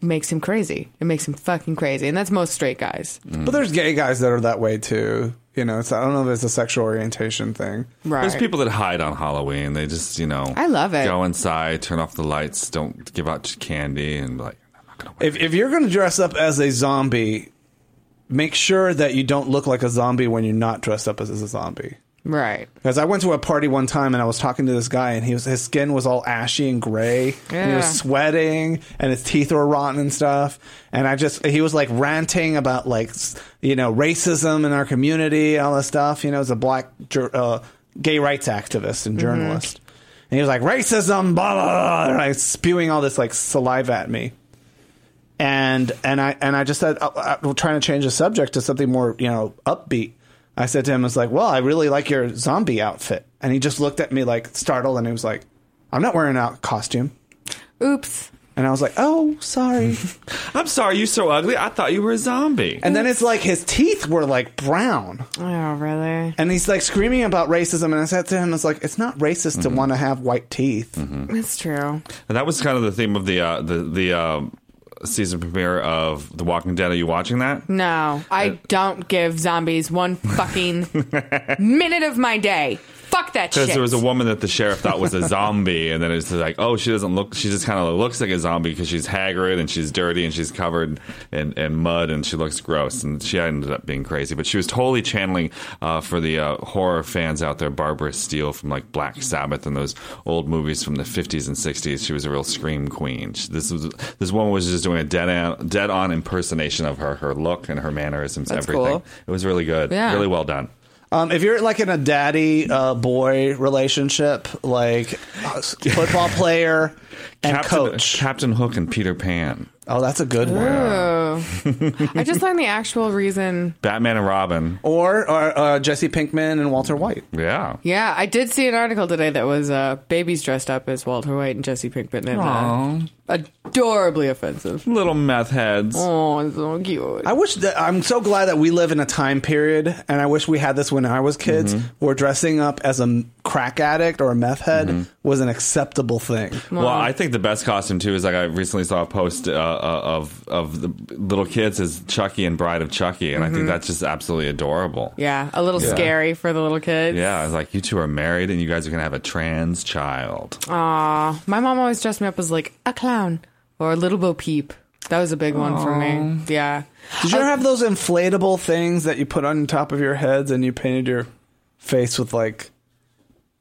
S3: makes him crazy. It makes him fucking crazy, and that's most straight guys,
S1: but there's gay guys that are that way too. You know, it's, I don't know if it's a sexual orientation thing.
S3: right?
S2: There's people that hide on Halloween. They just, you know,
S3: I love it.
S2: Go inside, turn off the lights, don't give out candy, and be like, I'm not gonna. Wear
S1: If if you're going to dress up as a zombie, make sure that you don't look like a zombie when you're not dressed up as, as a zombie.
S3: right?
S1: Because I went to a party one time and I was talking to this guy and he was his skin was all ashy and gray and he
S3: Yeah.
S1: was sweating and his teeth were rotten and stuff and I just he was like ranting about like s- you know racism in our community all this stuff you know as a black jur- uh, gay rights activist and journalist and he was like racism blah blah blah and like spewing all this like saliva at me and and I and I just said uh, uh, we're trying to change the subject to something more you know upbeat. I said to him, "I was like, well, I really like your zombie outfit," and he just looked at me like startled, and he was like, "I'm not wearing a costume,"
S3: Oops.
S1: and I was like, "Oh, sorry."
S2: it." I'm sorry, you're so ugly. I thought you were a zombie.
S1: and then it's like his teeth were like brown,
S3: Oh, really?
S1: and he's like screaming about racism, and I said to him, "I was like, it's not racist to want to have white teeth."
S3: That's true.
S2: And that was kind of the theme of the uh, the the uh, season premiere of The Walking Dead. Are you watching that?
S3: No, I
S2: Uh,
S3: don't give zombies one
S2: *laughs*
S3: fucking minute of my day. Fuck that shit.
S2: Because there was a woman that the sheriff thought was
S3: *laughs*
S2: a zombie, and then it's like, oh, she doesn't look. She just kind of looks like a zombie because she's haggard and she's dirty and she's covered in, in mud and she looks gross. And she ended up being crazy, but she was totally channeling uh, for the uh, horror fans out there, Barbara Steele from like Black Sabbath and those old movies from the fifties and sixties. She was a real scream queen. She, this was this woman was just doing a dead on, dead on impersonation of her, her look and her mannerisms,
S3: That's
S2: everything.
S3: cool.
S2: It was really good,
S3: Yeah.
S2: really well done.
S1: Um, if you're like in a daddy uh, boy relationship, like uh, s- football player and
S2: Captain,
S1: coach,
S2: Captain Hook and Peter Pan.
S1: Oh, that's a good one.
S3: Oh.
S2: *laughs*
S3: I just learned the actual reason.
S2: Batman and Robin.
S1: Or, or uh, Jesse Pinkman and Walter White.
S2: Yeah.
S3: Yeah, I did see an article today that was uh, babies dressed up as Walter White and Jesse Pinkman. And, uh,
S2: Aww.
S3: adorably offensive.
S2: Little meth heads.
S3: Oh, it's so cute.
S1: I wish that I'm so glad that we live in a time period, and I wish we had this when I was kids, where dressing up as a m- crack addict or a meth head was an acceptable thing.
S2: Well, I think the best costume too is like I recently saw a post uh, uh, of of the little kids as Chucky and Bride of Chucky, and I
S3: Mm-hmm.
S2: think that's just absolutely adorable.
S3: yeah, a little scary for the little kids.
S2: Yeah, I was like, you two are married, and you guys are gonna have a trans child.
S3: Oh, My mom always dressed me up as like a clown or a little Bo Peep. That was a big one for me. Yeah.
S1: Did you ever have those inflatable things that you put on top of your heads and you painted your face with like?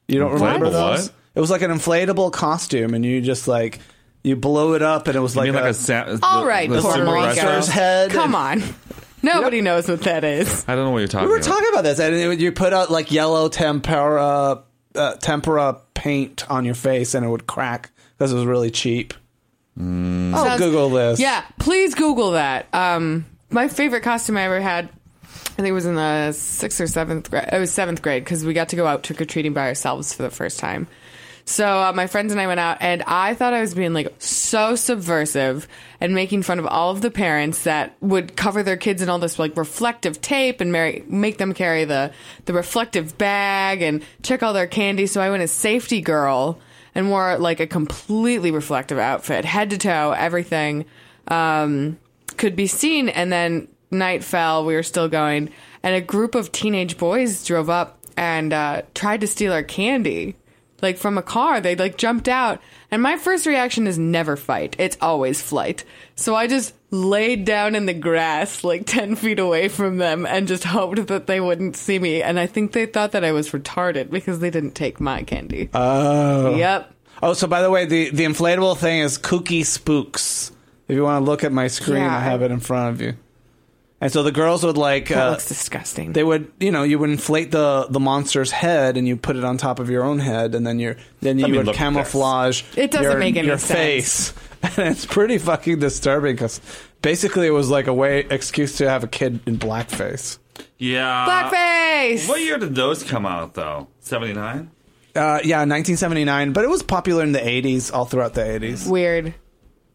S1: You don't remember
S2: Inflatable
S1: those?
S2: what?
S1: It was like an inflatable costume, and you just like you blow it up, and it was
S2: I
S1: like
S2: mean, like a,
S1: a,
S2: sa-
S3: All right,
S2: the, the
S3: Puerto
S2: super
S3: Rico.
S2: wrestlers?
S1: head.
S3: Come on. Nobody knows what that is.
S2: I don't know what you're talking.
S1: We were
S2: about.
S1: talking about this, and it, you put out like yellow tempera uh, tempera paint on your face, and it would crack because it was really cheap. I'll
S3: Sounds-
S1: Google this.
S3: Yeah, please Google that. Um, my favorite costume I ever had, I think it was in the sixth or seventh grade. It was seventh grade because we got to go out trick or treating by ourselves for the first time. So uh, my friends and I went out, and I thought I was being like so subversive and making fun of all of the parents that would cover their kids in all this like reflective tape and mar- make them carry the the reflective bag and check all their candy. So I went as safety girl and wore like a completely reflective outfit, head to toe, everything um, could be seen. And then night fell, we were still going, and a group of teenage boys drove up and uh, tried to steal our candy. like from a car. They like jumped out, and my first reaction is never fight. It's always flight. So I just laid down in the grass, like *laughs* ten feet away from them, and just hoped that they wouldn't see me. And I think they thought that I was retarded because they didn't take my candy.
S1: Oh.
S3: yep.
S1: Oh, so by the way, the, the inflatable thing is Kooky Spooks. If you want to look at my screen,
S3: Yeah.
S1: I have it in front of you. And so the girls would like
S3: That
S1: uh,
S3: looks disgusting.
S1: they would you know you would inflate the the monster's head and you put it on top of your own head and then you then you
S2: me
S1: would
S2: look at
S1: camouflage
S3: It doesn't
S1: your,
S3: make any
S1: your
S3: sense.
S1: face *laughs* and it's pretty fucking disturbing because basically it was like a way excuse to have a kid in blackface
S2: Yeah.
S3: Blackface.
S2: What year did those come out though? Seventy nine.
S1: uh, yeah 1979 but it was popular in the 80s all throughout the 80s
S3: Weird.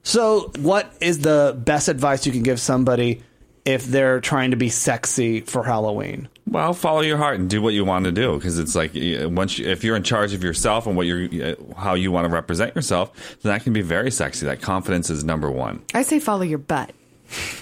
S1: so what is the best advice you can give somebody if they're trying to be sexy for halloween
S2: Well, follow your heart and do what you want to do because it's like y- once you, if you're in charge of yourself and what you're uh, how you want to represent yourself, then that can be very sexy. That confidence is number one.
S3: I say follow
S2: *laughs*
S3: your butt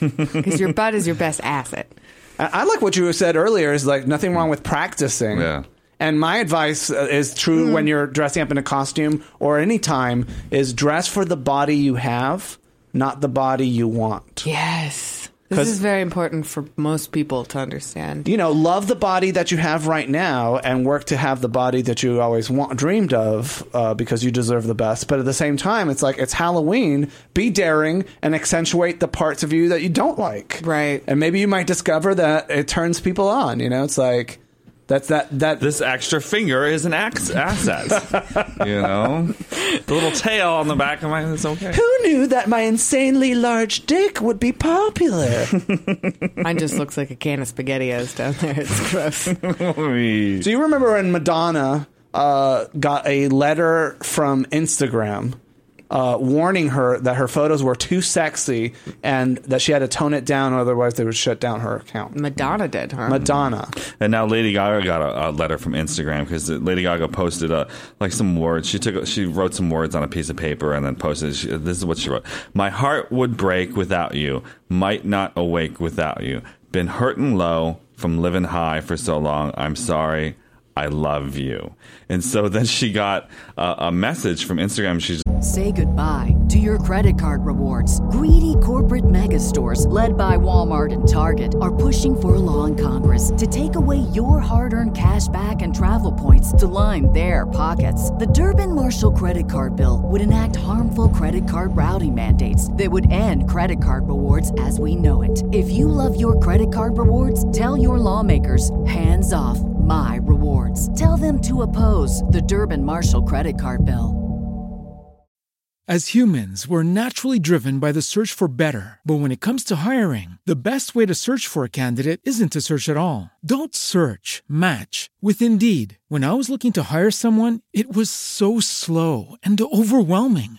S3: because your butt is your best asset.
S1: I I like what you said earlier is like nothing wrong with practicing.
S2: Yeah.
S1: And my advice uh, is true when you're dressing up in a costume or any time is dress for the body you have, not the body you want.
S3: Yes. This
S1: 'Cause-
S3: is very important for most people to understand.
S1: You know, love the body that you have right now and work to have the body that you always want, dreamed of uh, because you deserve the best. But at the same time, it's like it's Halloween. Be daring and accentuate the parts of you that you don't like.
S3: Right.
S1: And maybe you might discover that it turns people on. You know, it's like that's that that
S2: This extra finger is an ax- asset. *laughs* you know, the little tail on the back of my it's okay. *laughs*
S1: Who knew that my insanely large dick would be popular?
S3: Mine just looks like a can of SpaghettiOs down there.
S2: *laughs*
S3: It's gross.
S1: *laughs* Do you remember when Madonna uh, got a letter from Instagram uh, warning her that her photos were too sexy and that she had to tone it down, otherwise they would shut down her account?
S3: Madonna did, huh?
S1: Madonna.
S2: And now Lady Gaga got a, a letter from Instagram because Lady Gaga posted a, like some words. She took she wrote some words on a piece of paper and then posted. She, this is what she wrote: "My heart would break without you. Might not awake without you. Been hurting low from living high for so long. I'm sorry. I love you." And so then she got a, a message from Instagram. She's
S5: Say goodbye to your credit card rewards. Greedy corporate mega stores, led by Walmart and Target, are pushing for a law in Congress to take away your hard earned cash back and travel points to line their pockets. The Durbin Marshall credit card bill would enact harmful credit card routing mandates that would end credit card rewards as we know it. If you love your credit card rewards, tell your lawmakers hands off my rewards. Tell them to oppose the Durbin Marshall credit card bill.
S6: As humans, we're naturally driven by the search for better. But when it comes to hiring, the best way to search for a candidate isn't to search at all. Don't search, match with Indeed. When I was looking to hire someone, it was so slow and overwhelming.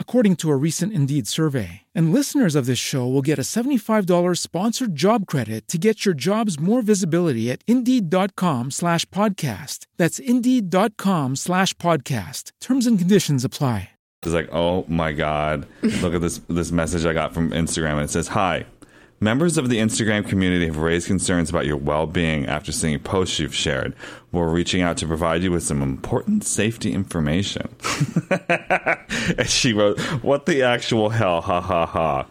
S6: according to a recent Indeed survey. And listeners of this show will get a $75 sponsored job credit to get your jobs more visibility at Indeed.com slash podcast. That's Indeed.com slash podcast. Terms and conditions apply.
S2: It's like, oh my god, look at this this message I got from Instagram, and it says, "Hi, members of the Instagram community have raised concerns about your well being after seeing posts you've shared. We're reaching out to provide you with some important safety information." *laughs* and she wrote, "What the actual hell? Ha ha ha."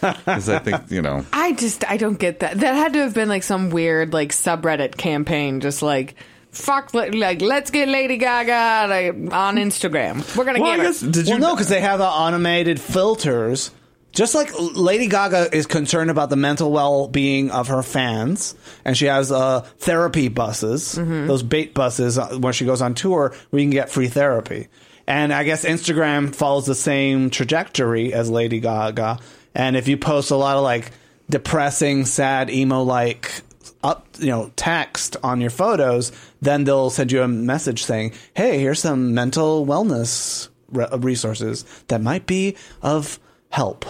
S2: *laughs* Because I think you know.
S3: I just, I don't get that. That had to have been like some weird, like, subreddit campaign, just like, fuck, li- like, let's get Lady Gaga like, on Instagram. We're going to
S2: Well, I
S3: get her.
S2: guess did you
S1: well, no, because they have the automated filters. Just like Lady Gaga is concerned about the mental well-being of her fans, and she has uh, therapy buses,
S3: Mm-hmm.
S1: those bait buses uh, when she goes on tour, where you can get free therapy. And I guess Instagram follows the same trajectory as Lady Gaga. And if you post a lot of like depressing, sad, emo-like up, you know, text on your photos, then they'll send you a message saying, "Hey, here's some mental wellness re- resources that might be of help."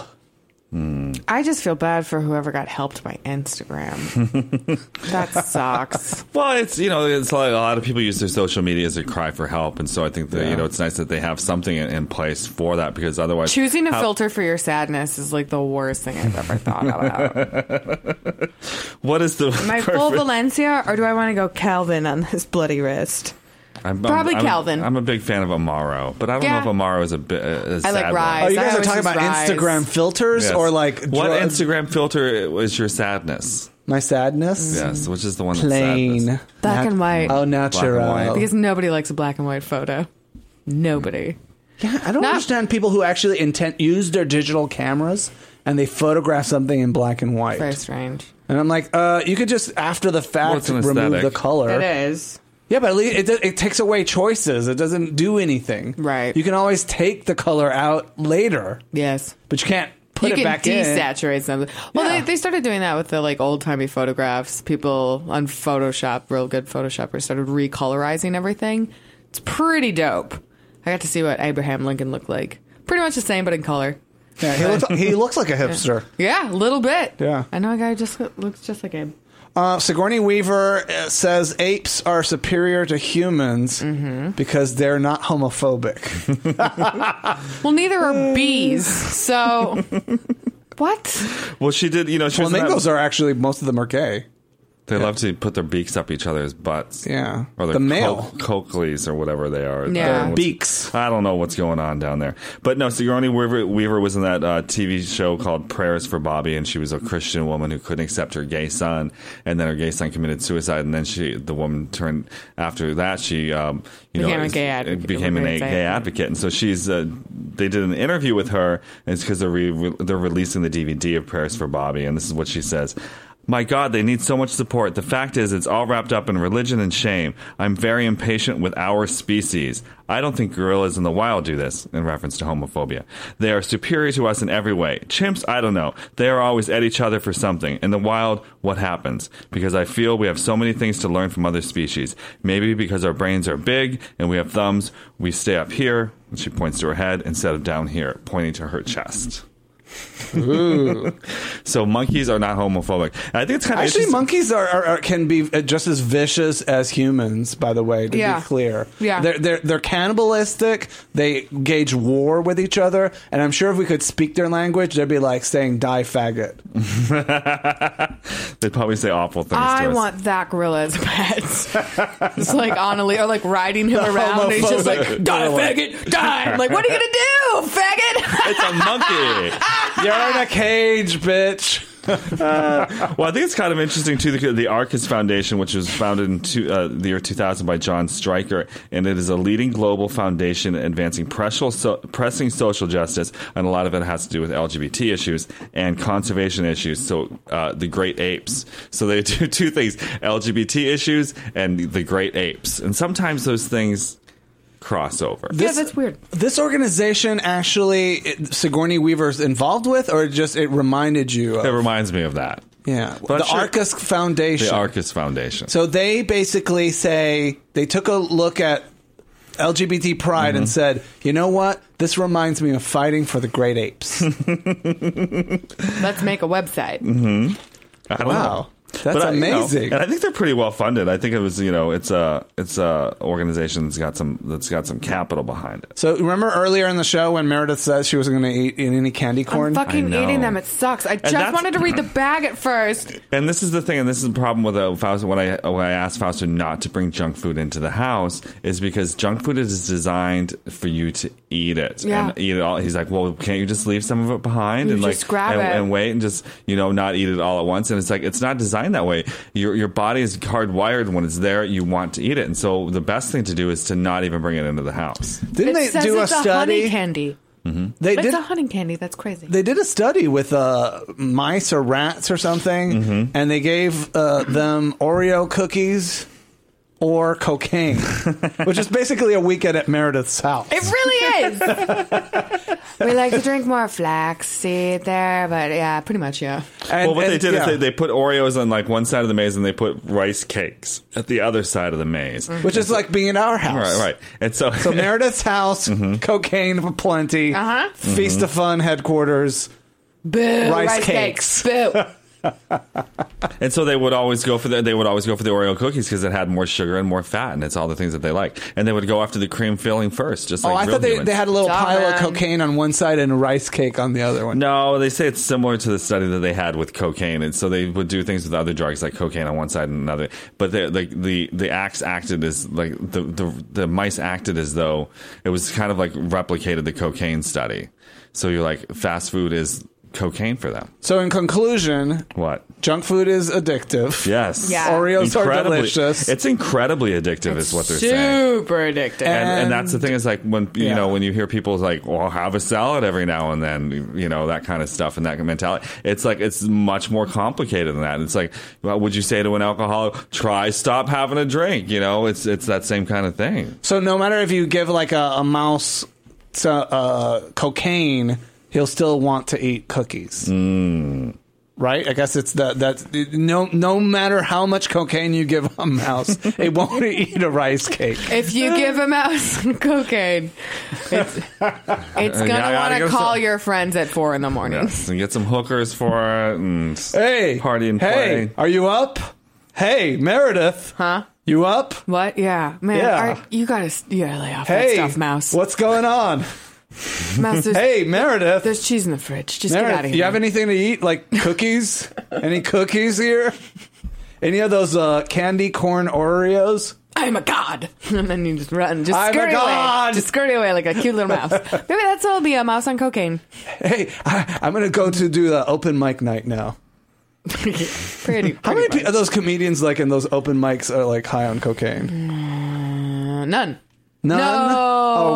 S3: I just feel bad for whoever got helped by
S2: *laughs*
S3: Instagram. that sucks.
S2: Well, it's you know, it's like a lot of people use their social media as a cry for help, and so I think that you know it's nice that they have something in, in place for that because otherwise,
S3: Choosing a
S2: how-
S3: filter for your sadness is like the worst thing I've ever thought about.
S1: *laughs*
S2: What is the *laughs*
S3: Am I full Valencia or do I want to go Calvin on this bloody wrist?
S2: I'm, I'm-
S3: Probably
S2: I'm-
S3: Calvin.
S2: I'm a big fan of Amaro, but I don't
S3: Yeah.
S2: know if Amaro is a bit. Uh, is
S3: I like
S2: sad one.
S3: Rise.
S1: Oh, you
S3: I
S1: guys are
S3: always
S1: talking
S3: use
S1: about
S3: Rise.
S1: Instagram filters
S2: Yes.
S1: or like
S2: what
S1: dr-
S2: Instagram filter was your sadness?
S1: My sadness.
S2: Yes, which is the one that's
S1: Plain.
S2: sadness.
S3: Black and white.
S1: Oh,
S2: Black and
S1: natural.
S2: white.
S3: Because nobody likes a black and white photo. Nobody.
S1: Yeah, I don't
S3: Not-
S1: understand people who actually intent use their digital cameras and they photograph something in black and white.
S3: Very strange.
S1: And I'm like, uh, you could just after the
S2: Well,
S1: fact
S2: it's an
S1: remove
S2: aesthetic.
S1: the color.
S3: is.
S1: Yeah, but at least it, it takes away choices. It doesn't do anything.
S3: Right.
S1: You can always take the color out later,
S3: Yes.
S1: but you can't put
S3: you
S1: it
S3: can
S1: back in.
S3: desaturate something. Well,
S1: Yeah.
S3: they, they started doing that with the like old timey photographs. People on Photoshop, real good Photoshoppers, started recolorizing everything. It's pretty dope. I got to see what Abraham Lincoln looked like. Pretty much the same, but in color.
S1: Yeah, he looks, he looks like a hipster.
S3: Yeah, a little bit.
S1: Yeah.
S3: I know a guy just looks just like Abe.
S1: Uh, Sigourney Weaver uh, says apes are superior to humans
S3: Mm-hmm.
S1: because they're not homophobic.
S3: Well, neither are
S1: *laughs*
S3: bees. So, what?
S2: Well, she did. You know, she was in that-
S1: Flamingos are actually most of them are gay.
S2: They love to put their beaks up each other's butts.
S1: Yeah.
S2: Or their
S1: The male.
S2: co- cochleas or whatever they are. I
S3: Yeah.
S2: don't know what's-
S1: Beaks.
S2: I don't know what's going on down there. But no, Sigourney Weaver, Weaver was in that uh, TV show called Prayers for Bobby, and she was a Christian woman who couldn't accept her gay son, and then her gay son committed suicide, and then she, the woman turned after that, she, um, you
S3: Became
S2: know,
S3: a
S2: is-
S3: gay advocate.
S2: became an a- gay advocate, and so she's. Uh, they did an interview with her, and it's because they're re- they're releasing the DVD of Prayers for Bobby, and this is what she says. My God, they need so much support. The fact is, it's all wrapped up in religion and shame. I'm very impatient with our species. I don't think gorillas in the wild do this, in reference to homophobia. They are superior to us in every way. Chimps, I don't know. They are always at each other for something. In the wild, what happens? Because I feel we have so many things to learn from other species. Maybe because our brains are big and we have thumbs, we stay up here, and she points to her head, instead of down here, pointing to her chest. so monkeys are not homophobic. I think it's kind of
S1: Actually, monkeys are, are, are can be uh, just as vicious as humans. By the way, to
S3: Yeah.
S1: be clear,
S3: Yeah.
S1: they're, they're they're cannibalistic. They gauge war with each other, and I'm sure if we could speak their language, they'd be like saying "die
S3: *laughs*
S1: faggot."
S2: They probably say awful things.
S3: I
S2: to us.
S3: want that gorilla as a pet. *laughs* it's like on a lead, or like riding him around, and he's just like,
S1: homophobic
S3: die,
S1: gorilla."
S3: faggot, die. I'm like, what are you going to do, faggot? *laughs*
S2: It's a monkey.
S1: You're in a cage, bitch.
S2: Well, I think it's kind of interesting too. The, the Arcus Foundation, which was founded in two, uh, the year 2000 by John Stryker, and it is a leading global foundation advancing pressure, so, pressing social justice, and a lot of it has to do with LGBT issues and conservation issues. So, uh, the Great Apes. So they do *laughs* two things: LGBT issues and the Great Apes. And sometimes those things cross over.
S1: This-
S3: that's weird.
S1: This organization actually it, Sigourney Weaver's involved with, or just it reminded you?
S2: It
S1: Of,
S2: reminds me of that.
S1: yeah,
S2: But I'm
S1: the
S2: sure-
S1: Arcus Foundation.
S2: The Arcus Foundation.
S1: So they basically say they took a look at LGBT pride
S2: Mm-hmm.
S1: and said, you know what? This reminds me of fighting for the great
S2: *laughs*
S1: apes.
S3: Let's make a website.
S1: Mm-hmm.
S2: I don't
S1: wow. That's
S2: But I- you know,
S1: amazing.
S2: and I think they're pretty well funded. I think it was you know it's a it's a organization that's got some that's got some capital behind it.
S1: so remember earlier in the show when Meredith says she wasn't going to eat in any candy corn?
S3: I'm fucking
S2: know.
S3: eating them. It sucks. I just
S2: that's-
S3: wanted to read the bag at first.
S2: And this is the thing, and this is the problem with uh, Fausto. When I when I asked Fausto not to bring junk food into the house is because junk food is designed for you to eat it
S3: Yeah.
S2: and eat it all. He's like, well, can't you just leave some of it behind
S3: You
S2: and
S3: just
S2: like
S3: grab
S2: and,
S3: it.
S2: and wait and just you know not eat it all at once? And it's like it's not designed that way. Your your body is hardwired when it's there, you want to eat it, and so the best thing to do is to not even bring it into the house.
S1: Didn't
S3: it
S1: they
S3: says
S1: do a
S3: it's a honey
S1: study?
S3: candy.
S1: they
S3: It's
S1: did.
S3: a honey candy. That's crazy.
S1: They did a study with uh, mice
S2: Mm-hmm.
S1: or rats or something, and they gave uh, them Oreo cookies or
S2: *laughs*
S1: cocaine, which is basically a weekend at Meredith's house.
S3: It really is. *laughs* we like to drink more flaxseed there, but yeah, pretty much, yeah.
S1: And-
S2: well, what
S1: and-
S2: they did
S1: yeah.
S2: is they, they put Oreos on like one side of the maze and they put rice cakes at the other side of the maze.
S1: which is like being at our house.
S2: Right, right. Mm-hmm. And so,
S1: Mm-hmm. So Meredith's house, cocaine plenty,
S3: Uh-huh.
S1: feast
S2: Mm-hmm.
S1: of fun headquarters.
S3: Boo.
S1: Rice
S3: Boo.
S2: *laughs* and so they would always go for the they would always go for the Oreo cookies because it had more sugar and more fat and it's all the things that they like. And they would go after the cream filling first, just like
S1: oh, I
S2: real
S1: thought they,
S2: humans.
S1: they had a little
S3: Dumb
S1: pile of
S3: man.
S1: cocaine on one side and a rice cake on the other one.
S2: No, they say it's similar to the study that they had with cocaine, and so they would do things with other drugs like cocaine on one side and another. But the the the, the axe acted as like the, the the mice acted as though it was kind of like replicated the cocaine study. So you're like fast food is cocaine for them.
S1: So in conclusion,
S2: What?
S1: junk food is addictive.
S2: Yes.
S3: Yeah.
S1: Oreos are
S2: Incredibly-
S1: delicious.
S2: It's incredibly addictive, is what they're saying.
S3: Super addictive.
S2: And, and that's the thing is like when you
S1: Yeah.
S2: know when you hear people like well have a salad every now and then you know that kind of stuff and that mentality it's like it's much more complicated than that it's like well, would you say to an alcoholic try stop having a drink you know it's it's that same kind of thing
S1: so no matter if you give like a, a mouse to, uh, cocaine, he'll still want to eat cookies.
S2: Hmm.
S1: Right? I guess it's that that no no matter how much cocaine you give a
S2: *laughs*
S1: mouse, it won't eat a rice cake. *laughs*
S3: if you give a *laughs* mouse cocaine,
S1: Uh,
S3: it's, it's going
S2: Uh, yeah, I
S3: to want
S2: gotta
S3: to
S2: go
S3: call
S2: so-
S3: your friends at four in the morning.
S2: yes and get some hookers for it and
S1: Hey,
S2: party and
S1: hey,
S2: play
S1: are you up? Hey, Meredith,
S3: Huh?
S1: you up?
S3: What? Yeah, man.
S1: Yeah.
S3: all right, you gotta, s- you gotta lay off
S1: Hey,
S3: that stuff, mouse.
S1: What's going on?
S3: Mouse, there's,
S1: Hey, Meredith.
S3: there's cheese in the fridge. Just
S1: Meredith,
S3: get out of
S1: do
S3: here.
S1: you have anything to eat? Like
S3: *laughs*
S1: cookies? Any cookies here? Any of those uh, candy corn Oreos?
S3: I'm a god. *laughs* And then you just run, just
S1: I'm a
S3: scurry
S1: god.
S3: away, just scurry away like a cute
S1: *laughs*
S3: little mouse. Maybe that's all. Be a mouse on cocaine. *laughs*
S1: Hey, I, I'm going to go to do the open mic night now.
S3: pretty. pretty
S1: How many
S3: much.
S1: pe- of those comedians like in those open mics are like high on cocaine?
S3: Uh, none.
S1: None.
S3: No.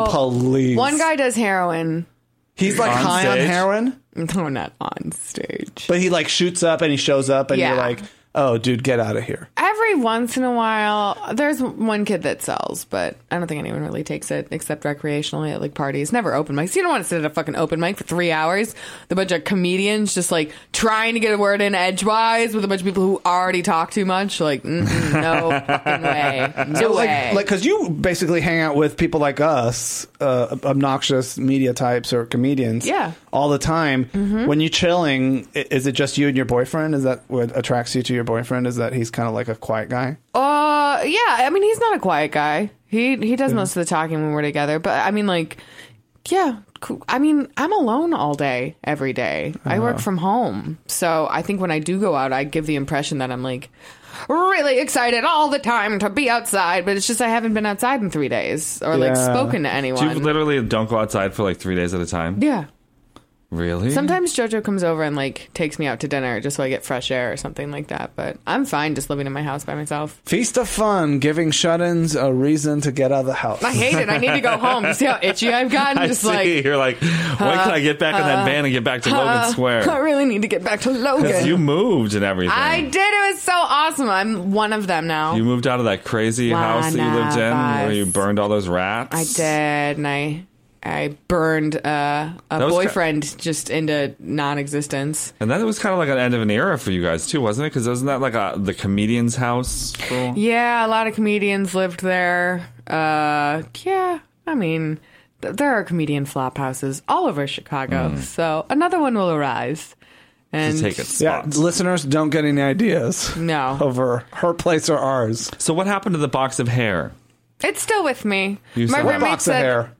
S1: Oh, please.
S3: One guy does heroin.
S1: He's like
S2: On
S1: high on
S2: stage?
S1: heroin,
S3: No, not on stage.
S1: but he like shoots up and he shows up and you're
S3: Yeah.
S1: like, oh, dude, get out of here.
S3: Every once in a while, there's one kid that sells, but I don't think anyone really takes it except recreationally at like parties. Never open mics. You don't want to sit at a fucking open mic for three hours with a bunch of comedians just like trying to get a word in edgewise with a bunch of people who already talk too much. Like, mm-mm, no fucking way. No way.
S1: like like because you basically hang out with people like us uh, obnoxious media types or comedians
S3: Yeah. Mm-hmm.
S1: all the time when you're chilling i- is it just you and your boyfriend is that what attracts you to your boyfriend is that he's kind of like a quiet guy
S3: Uh, yeah. I mean, he's not a quiet guy. He he does most of the talking when we're together. But I mean, like, yeah. cool. I mean, I'm alone all day, every day. I work from home, so I think when I do go out, I give the impression that I'm like really excited all the time to be outside. But it's just I haven't been outside in three days or like
S1: Yeah.
S3: spoken to
S2: do you
S3: anyone.
S2: literally don't go outside for like three days at a time
S3: yeah.
S2: really
S3: Sometimes JoJo comes over and like takes me out to dinner just so I get fresh air or something like that. But I'm fine just living in my house by myself.
S1: feast of fun giving shut-ins a reason to get out of the house
S3: I hate it. I need to go home. You see how itchy I've
S2: *laughs*
S3: gotten?
S2: *laughs* I
S3: just
S2: see.
S3: like uh,
S2: You're like, when can I get back in that van and get back to Logan
S3: I
S2: Square?
S3: really need to get back to Logan.
S2: You moved and everything.
S3: uh, I did. It was so awesome. I'm one of them now.
S2: You moved out of that crazy house that you lived in
S3: One of
S2: where you
S3: us.
S2: burned all those rats.
S3: I did, and I I burned uh, a
S2: was ki-
S3: boyfriend just into non-existence.
S2: And then it was kind of like an end of an era for you guys too, wasn't it? Because wasn't that like a, the comedian's house? for-
S3: Yeah, a lot of comedians lived there. Uh, yeah, I mean, th- there are comedian flop houses all over Chicago, so another one will arise. And
S2: To Mm. take Oh. its
S1: yeah
S2: spot.
S1: listeners don't get any ideas
S3: No.
S1: over her place or ours
S2: So what happened to the box of hair?
S3: it's still with me.
S2: You
S3: My
S2: said- What
S3: roommate
S1: what box of
S3: said-
S1: hair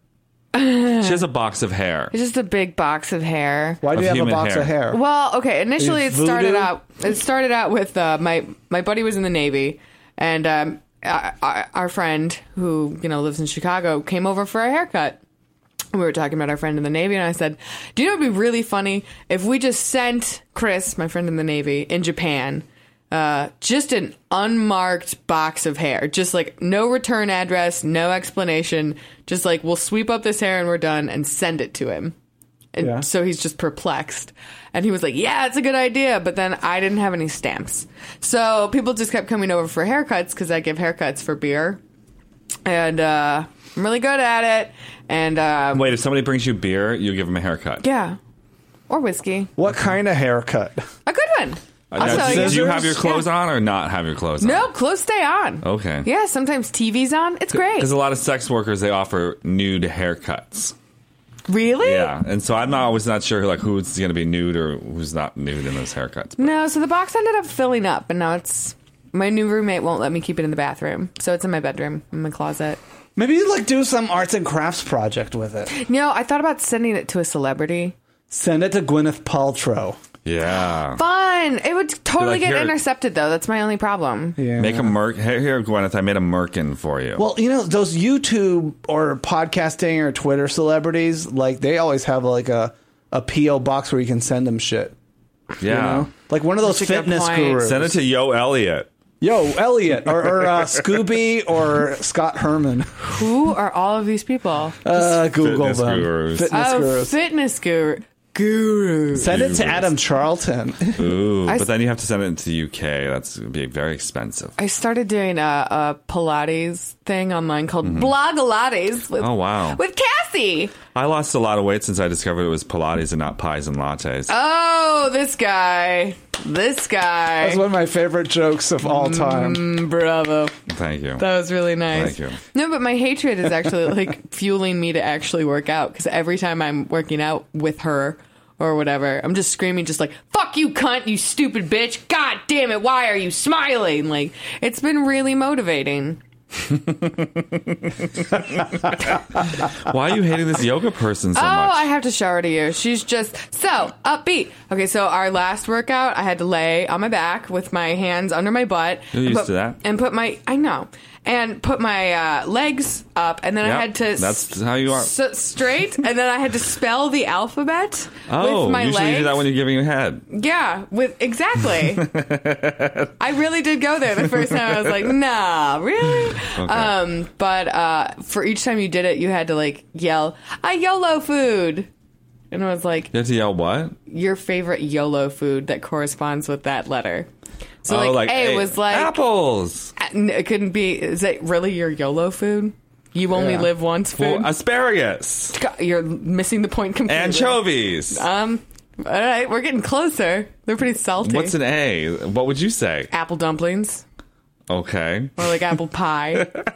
S2: She has a box of hair.
S3: It's just a big box of hair.
S1: why do
S2: Of
S1: you have a
S2: human
S1: box
S2: hair.
S1: of hair
S3: Well, okay. Initially, it
S1: Is
S3: started
S1: voodoo-
S3: out. It started out with uh, my my buddy was in the Navy, and um, our- our, our friend who you know lives in Chicago came over for a haircut. We were talking about our friend in the Navy, and I said, "Do you know it'd be really funny if we just sent Chris, my friend in the Navy, in Japan." Uh, just an unmarked box of hair, just like no return address, no explanation. Just like we'll sweep up this hair and we're done, and send it to him And
S1: Yeah.
S3: so he's just perplexed. And he was like, Yeah, it's a good idea. But then I didn't have any stamps. So people just kept coming over for haircuts because I give haircuts for beer. And uh, I'm really good at it. And um,
S2: Wait, if somebody brings you beer, you give them a haircut.
S3: yeah, or whiskey.
S1: What kind of haircut?
S3: A good one.
S2: Uh,
S3: I'll
S2: now,
S3: tell
S2: do you
S1: Scissors?
S2: have your clothes on or not have your clothes on?
S3: No, clothes stay on.
S2: Okay.
S3: Yeah, sometimes TV's on. It's great.
S2: Because a lot of sex workers they offer nude haircuts.
S3: Really?
S2: Yeah, and so I'm not always not sure like who's going to be nude or who's not nude in those haircuts.
S3: No, so the box ended up filling up, and now it's my new roommate won't let me keep it in the bathroom, so it's in my bedroom in my closet.
S1: Maybe you like do some arts and crafts project with it.
S3: You know, I thought about sending it to a celebrity.
S1: Send it to Gwyneth Paltrow.
S2: Yeah,
S3: Fun. It would totally
S2: Like,
S3: get
S2: here-
S3: intercepted though. That's my only problem.
S1: Yeah.
S2: make a merc. Here, here, Gwyneth, I made a merkin for you.
S1: Well, you know those YouTube or podcasting or Twitter celebrities, like they always have like a a PO box where you can send them shit.
S2: yeah,
S1: You know, like one of those
S3: That's a good
S1: fitness
S3: point.
S1: gurus.
S2: send it to Yo Elliot.
S1: Yo, Elliot or, or uh, Scooby or Scott Herman.
S3: Who are all of these people?
S1: Uh, Google
S2: fitness
S1: them.
S2: gurus.
S1: Fitness
S3: oh,
S1: gurus.
S3: fitness guru. Guru.
S1: Send it
S2: Gurus.
S1: to Adam Charlton. *laughs*
S2: Ooh,
S3: I
S2: but
S3: s-
S2: then you have to send it into the UK. That's gonna be very expensive.
S3: I started doing a, a Pilates thing online called Blogalates with
S2: Mm-hmm. Oh, wow.
S3: with Cassie.
S2: I lost a lot of weight since I discovered it was Pilates and not pies and lattes.
S3: Oh, this guy, this guy,
S1: That's one of my favorite jokes of all time.
S3: Mm, bravo.
S2: Thank you.
S3: That was really nice.
S2: Thank you.
S3: No, but my hatred is actually like *laughs* fueling me to actually work out because every time I'm working out with her or whatever, I'm just screaming, just like "fuck you, cunt, you stupid bitch, god damn it, why are you smiling?" Like it's been really motivating.
S2: Why are you hating this yoga person so
S3: oh,
S2: much?
S3: I have to show her to you. She's just so upbeat. Okay, so our last workout, I had to lay on my back with my hands under my butt.
S2: You're used
S3: and put-
S2: to that.
S3: And put my, I know, and put my uh, legs up, and then
S2: Yep,
S3: I had to. s-
S2: that's how you are.
S3: s- straight, and then I had to spell the alphabet
S2: oh,
S3: with my
S2: usually
S3: legs.
S2: you do that when you're giving your
S3: *laughs*
S2: head.
S3: yeah,
S2: *laughs*
S3: with exactly. I really did go there the first time. I was like, nah, really? Um, but uh, for each time you did it, you had to like yell, "I YOLO food," and I was like,
S2: You have to yell what?
S3: your favorite YOLO food that corresponds with that letter. So
S2: oh,
S3: like, A
S2: hey,
S3: was like
S2: apples.
S3: n- it couldn't be. Is it really your YOLO food? You only
S1: Yeah.
S3: live once. Food.
S2: Well, asparagus.
S3: God, You're missing the point completely.
S2: Anchovies.
S3: Um. All right, we're getting closer. They're pretty salty.
S2: What's an A? What would you say?
S3: apple dumplings
S2: Okay.
S3: or like
S2: *laughs*
S3: apple pie? It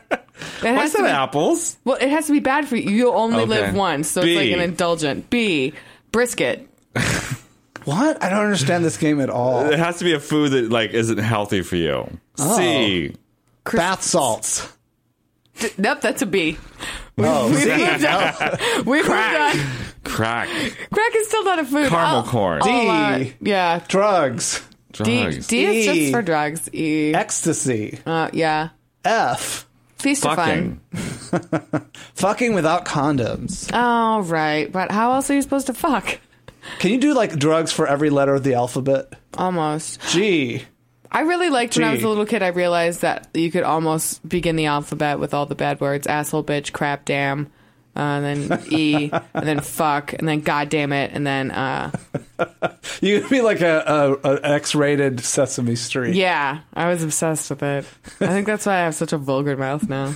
S2: I
S3: has to
S2: said
S3: be,
S2: apples.
S3: well, it has to be bad for you. You only
S2: Okay.
S3: live once, so it's
S2: B.
S3: like an indulgent. B brisket.
S1: What? I don't understand this game at all.
S2: It has to be a food that like isn't healthy for you.
S3: Oh.
S2: C.
S1: Bath salts.
S3: D- nope, that's
S2: *laughs*
S3: a B.
S1: *laughs* Oh,
S3: We've moved on. We've
S2: Crack.
S3: moved on.
S2: Crack.
S3: Crack is still not a food.
S2: Caramel
S3: Oh,
S2: corn.
S3: oh,
S1: D.
S3: uh, yeah.
S1: drugs,
S3: D,
S2: Drugs.
S3: D is
S1: E.
S3: just for drugs. E.
S1: ecstasy,
S3: Uh, yeah.
S1: F,
S3: Feast of fun.
S2: Fucking.
S1: fucking without condoms.
S3: All right, but how else are you supposed to fuck?
S1: Can you do like drugs for every letter of the alphabet?
S3: Almost.
S1: G.
S3: I really liked when I was
S1: Gee.
S3: a little kid. I realized that you could almost begin the alphabet with all the bad words: asshole, bitch, crap, damn, uh, and then e, and then fuck, and then god damn it, and then uh,
S1: You could be like a, a, a X-rated Sesame Street.
S3: yeah. I was obsessed with it. I think that's why I have such a vulgar mouth now.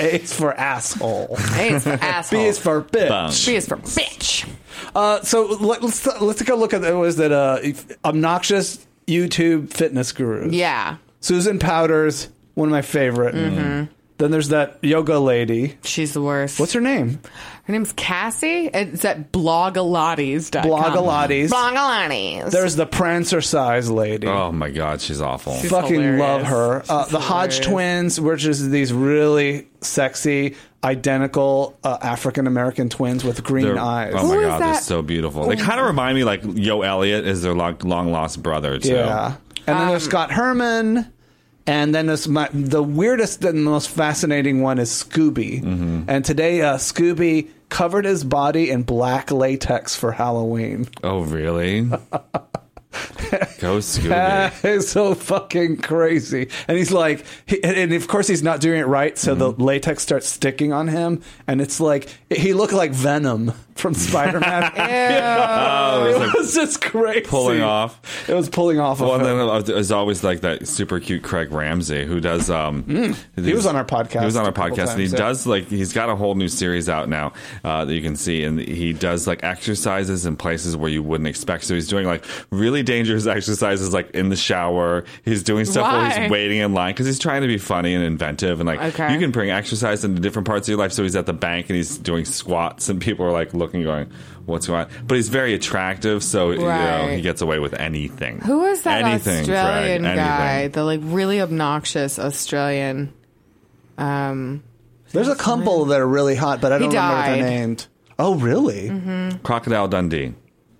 S1: A is for asshole.
S3: A is for
S1: *laughs* B
S3: asshole.
S1: is for bitch.
S3: B is for bitch.
S1: Uh, so let, let's let's take a look at that. Was that uh, obnoxious YouTube fitness gurus?
S3: Yeah,
S1: Susan Powders, one of my favorite.
S3: Mm-hmm.
S1: Then there's that yoga lady.
S3: she's the worst.
S1: What's her name?
S3: Her name's Cassie. It's at blogalates.com.
S1: Blogalates.
S3: Blogalates.
S1: There's the prancer size lady.
S2: Oh my god, she's awful.
S3: She's
S1: Fucking
S3: hilarious.
S1: love her. Uh,
S3: She's
S1: the Hodge
S3: hilarious.
S1: twins, which is these really sexy, identical uh, African American twins with green
S2: They're-
S1: eyes.
S2: Oh my
S3: Who is
S2: god, they're
S3: that? Oh
S2: so beautiful. They kind of remind me like Yo Elliot is their long, long lost brother too.
S1: Yeah. And then
S3: um,
S1: there's Scott Herman. And then there's my, the weirdest and most fascinating one is Scooby. And today, uh, Scooby covered
S3: *laughs*
S1: his body in black latex for Halloween.
S2: Oh really? Go
S1: *laughs*
S2: Scooby.
S1: it's so fucking crazy. And he's like, he, and, and of course he's not doing it right, so
S2: Mm-hmm.
S1: the latex starts sticking on him, and it's like he looked like Venom from Spider
S3: *laughs*
S1: Man.
S2: Oh,
S1: *laughs*
S2: it's
S1: it
S2: like
S1: was just crazy.
S2: pulling off.
S1: It was pulling off.
S2: Well,
S1: of him.
S2: and
S1: *laughs*
S2: then there's always like that super cute Craig Ramsey who does. Um,
S1: Mm, He was on our podcast
S2: He was on
S1: a
S2: our
S1: couple
S2: podcast, and he
S1: times, yeah.
S2: does like he's got a whole new series out now uh, that you can see, and he does like exercises in places where you wouldn't expect. So he's doing like really dangerous *laughs* exercises, like in the shower. He's doing stuff where
S3: Why?
S2: he's waiting in line because he's trying to be funny and inventive, and like
S3: Okay.
S2: you can bring exercise into different parts of your life. So he's at the bank and he's doing squats, and people are like looking, going. What's going on? But he's very attractive, so you know,
S3: Right.
S2: he gets away with anything.
S3: Who is that
S2: Anything,
S3: Australian
S2: Craig,
S3: guy?
S2: anything.
S3: The like really obnoxious Australian. Um,
S1: There's a couple that are really hot, but I don't remember what
S3: died.
S1: they're named. Oh, really?
S2: Crocodile Dundee.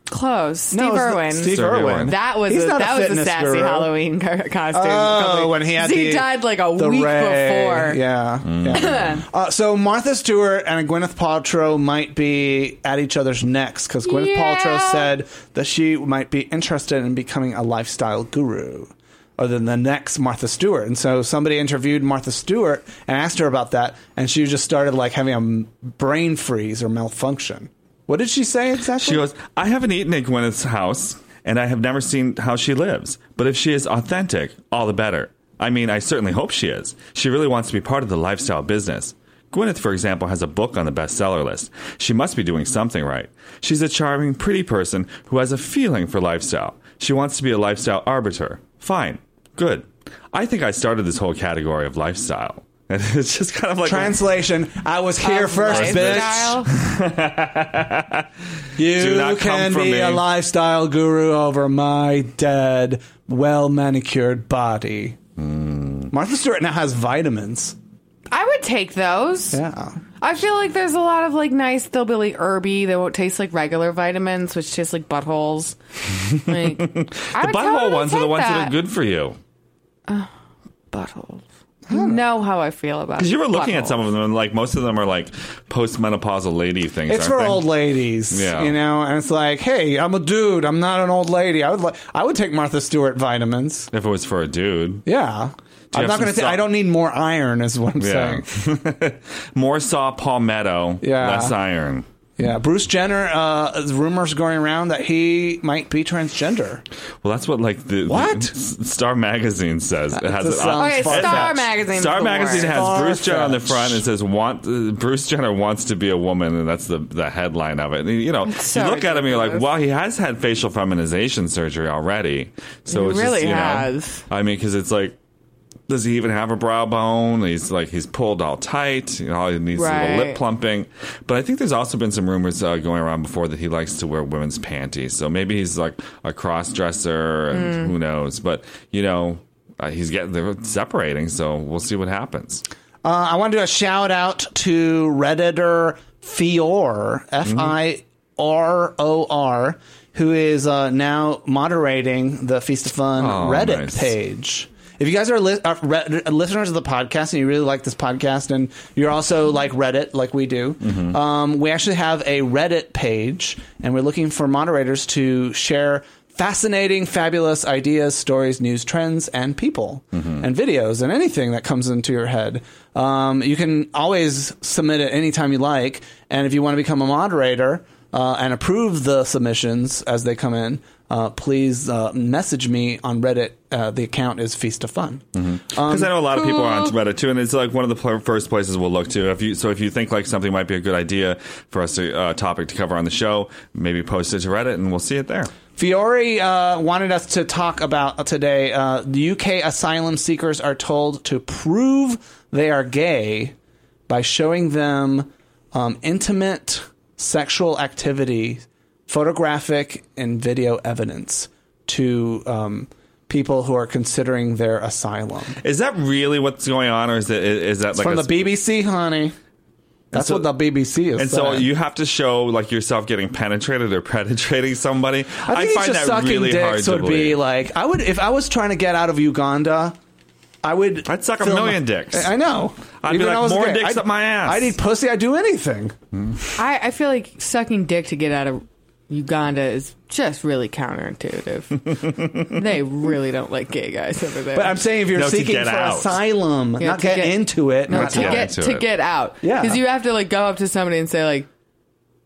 S3: close. Steve
S1: No, it's the-
S3: Irwin.
S1: Steve
S2: Steve Irwin.
S1: Irwin.
S3: That was
S1: He's
S3: a,
S1: not
S3: that was a
S1: fitness
S3: sassy
S1: guru.
S3: Halloween co- costume.
S1: Oh, when he had
S3: he
S1: the-
S3: died like a
S1: the
S3: week
S1: ray.
S3: before.
S1: Yeah.
S3: *clears throat*
S1: yeah. uh, so Martha Stewart and Gwyneth Paltrow might be at each other's necks because Gwyneth
S3: Yeah.
S1: Paltrow said that she might be interested in becoming a lifestyle guru. Other than the next Martha Stewart, and so somebody interviewed Martha Stewart and asked her about that, and she just started like having a m- brain freeze or malfunction. What did she say exactly?
S2: She goes, I haven't eaten at Gwyneth's house, and I have never seen how she lives. But if she is authentic, all the better. I mean, I certainly hope she is. She really wants to be part of the lifestyle business. Gwyneth, for example, has a book on the bestseller list. She must be doing something right. She's a charming, pretty person who has a feeling for lifestyle. She wants to be a lifestyle arbiter. Fine. Good. I think I started this whole category of lifestyle. *laughs* And it's just kind of like
S1: Translation: I was here first, bitch.
S3: Lifestyle.
S1: You
S2: Do not come
S1: can
S2: for
S1: be
S2: me.
S1: a lifestyle guru over my dead, well manicured body.
S2: Hmm.
S1: Martha Stewart now has vitamins.
S3: I would take those.
S1: Yeah.
S3: I feel like there's a lot of like nice hillbilly herby that won't taste like regular vitamins, which taste
S2: *laughs*
S3: like buttholes. Like, the
S2: the butthole ones are the ones that are good for you.
S3: Buttholes. You know how I feel about.
S2: Because you were looking at some of them, and like most of them are like postmenopausal lady things.
S1: It's
S2: aren't
S1: for
S2: they?
S1: old ladies,
S2: Yeah.
S1: you know, and it's like, hey, I'm a dude. I'm not an old lady. I would, li- I would take Martha Stewart vitamins.
S2: If it was for a dude,
S1: Yeah,
S2: you
S1: I'm not
S2: have some
S1: going to. say
S2: salt?
S1: I don't need more iron, is what I'm
S2: yeah.
S1: saying.
S2: *laughs* More saw palmetto,
S1: Yeah.
S2: less iron.
S1: Yeah, Bruce Jenner. Uh, rumors going around that he might be transgender.
S2: Well, that's what like the
S1: What?
S2: the Star Magazine says. It has
S1: That
S2: it
S1: sounds
S2: on-
S3: Okay, Star
S1: far-fetched.
S3: Magazine.
S2: Star Magazine has Bruce Jenner on the
S1: Far-fetched.
S2: front and says, "Want uh, Bruce Jenner wants to be a woman," and that's the the headline of it. And, you know,
S3: so
S2: you look at him, you're like,
S3: ridiculous.
S2: "Wow, he has had facial feminization surgery already." So
S3: He
S2: it's
S3: really
S2: just, you
S3: has.
S2: Know, I mean, because it's like. Does he even have a brow bone? He's like he's pulled all tight. You know, he needs a little lip
S3: Right.
S2: plumping. But I think there's also been some rumors uh, going around before that he likes to wear women's panties. So maybe he's like a cross dresser, and who knows? But you know, uh, he's getting they're separating, so we'll see what happens.
S1: Uh, I want to do a shout out to Redditor Fior, F I R O R, who is uh, now moderating the Feast of Fun Reddit
S2: nice.
S1: page. If you guys are, li- are re- listeners of the podcast and you really like this podcast and you're also like Reddit, like we do, um, we actually have a Reddit page and we're looking for moderators to share fascinating, fabulous ideas, stories, news, trends, and people and videos and anything that comes into your head. Um, you can always submit it anytime you like. And if you want to become a moderator uh, and approve the submissions as they come in, uh, please uh, message me on Reddit. Uh, the account is Feast of Fun. Um,
S2: Because I know a lot of people are on Reddit too, and it's like one of the pl- first places we'll look to. If you so, if you think like something might be a good idea for us to uh, topic to cover on the show, maybe post it to Reddit, and we'll see it there.
S1: Fiore uh, wanted us to talk about today. Uh, the UK asylum seekers are told to prove they are gay by showing them um, intimate sexual activity, photographic and video evidence to um, people who are considering their asylum.
S2: Is that really what's going on, or is it is that like
S1: From
S2: a
S1: the BBC, honey. That's
S2: so-
S1: what the BBC is.
S2: And so
S1: saying.
S2: you have to show like yourself getting penetrated or *laughs* penetrating somebody.
S1: I think it's just sucking dicks would be like I would if I was trying to get out of Uganda. I would.
S2: I'd suck a
S1: film-
S2: million dicks.
S1: I know.
S2: I'd be
S1: Even
S2: like,
S1: when I was
S2: "More
S1: gay,
S2: dicks
S1: I'd-
S2: up my ass."
S1: I'd eat pussy. I'd do anything.
S3: I, I feel like sucking dick to get out of Uganda is just really counterintuitive. *laughs* they really don't like gay guys over there.
S1: But I'm saying if you're
S2: No, to
S1: seeking
S2: get
S1: for
S2: out.
S1: asylum,
S3: Yeah,
S1: not
S3: to
S1: get,
S3: get-
S1: into it,
S3: no,
S1: not
S3: to
S2: get
S3: get
S2: into
S3: to
S2: it.
S3: get out.
S1: Yeah.
S3: because you have to like go up to somebody and say like,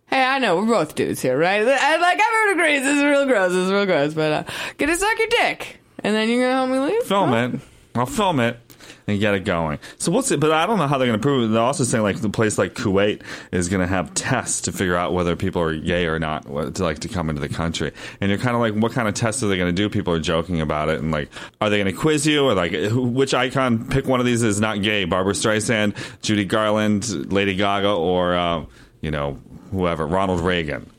S3: "Hey, I know we're both dudes here, right?" And like everyone agrees, this is real gross. This is real gross. But uh, get to suck your dick, and then you go home and leave.
S2: film it. I'll film it and get it going. So we'll see. But I don't know how they're going to prove it. They're also saying like the place like Kuwait is going to have tests to figure out whether people are gay or not what- to like to come into the country. And you're kind of like, what kind of tests are they going to do? People are joking about it and like, are they going to quiz you or like who- which icon? Pick one of these is not gay: Barbara Streisand, Judy Garland, Lady Gaga, or uh, you know whoever, Ronald Reagan.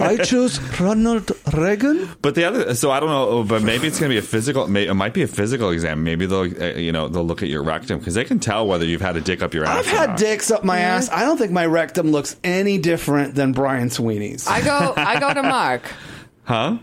S1: I choose Ronald Reagan.
S2: But the other, so I don't know, oh, but maybe it's going to be a physical. May, it might be a physical exam. Maybe they'll, uh, you know, they'll look at your rectum because they can tell whether you've had a dick up your ass.
S1: I've
S2: or
S1: had
S2: not.
S1: dicks up my ass. I don't think my rectum looks any different than Brian Sweeney's.
S3: I go, I go to Mark.
S2: huh?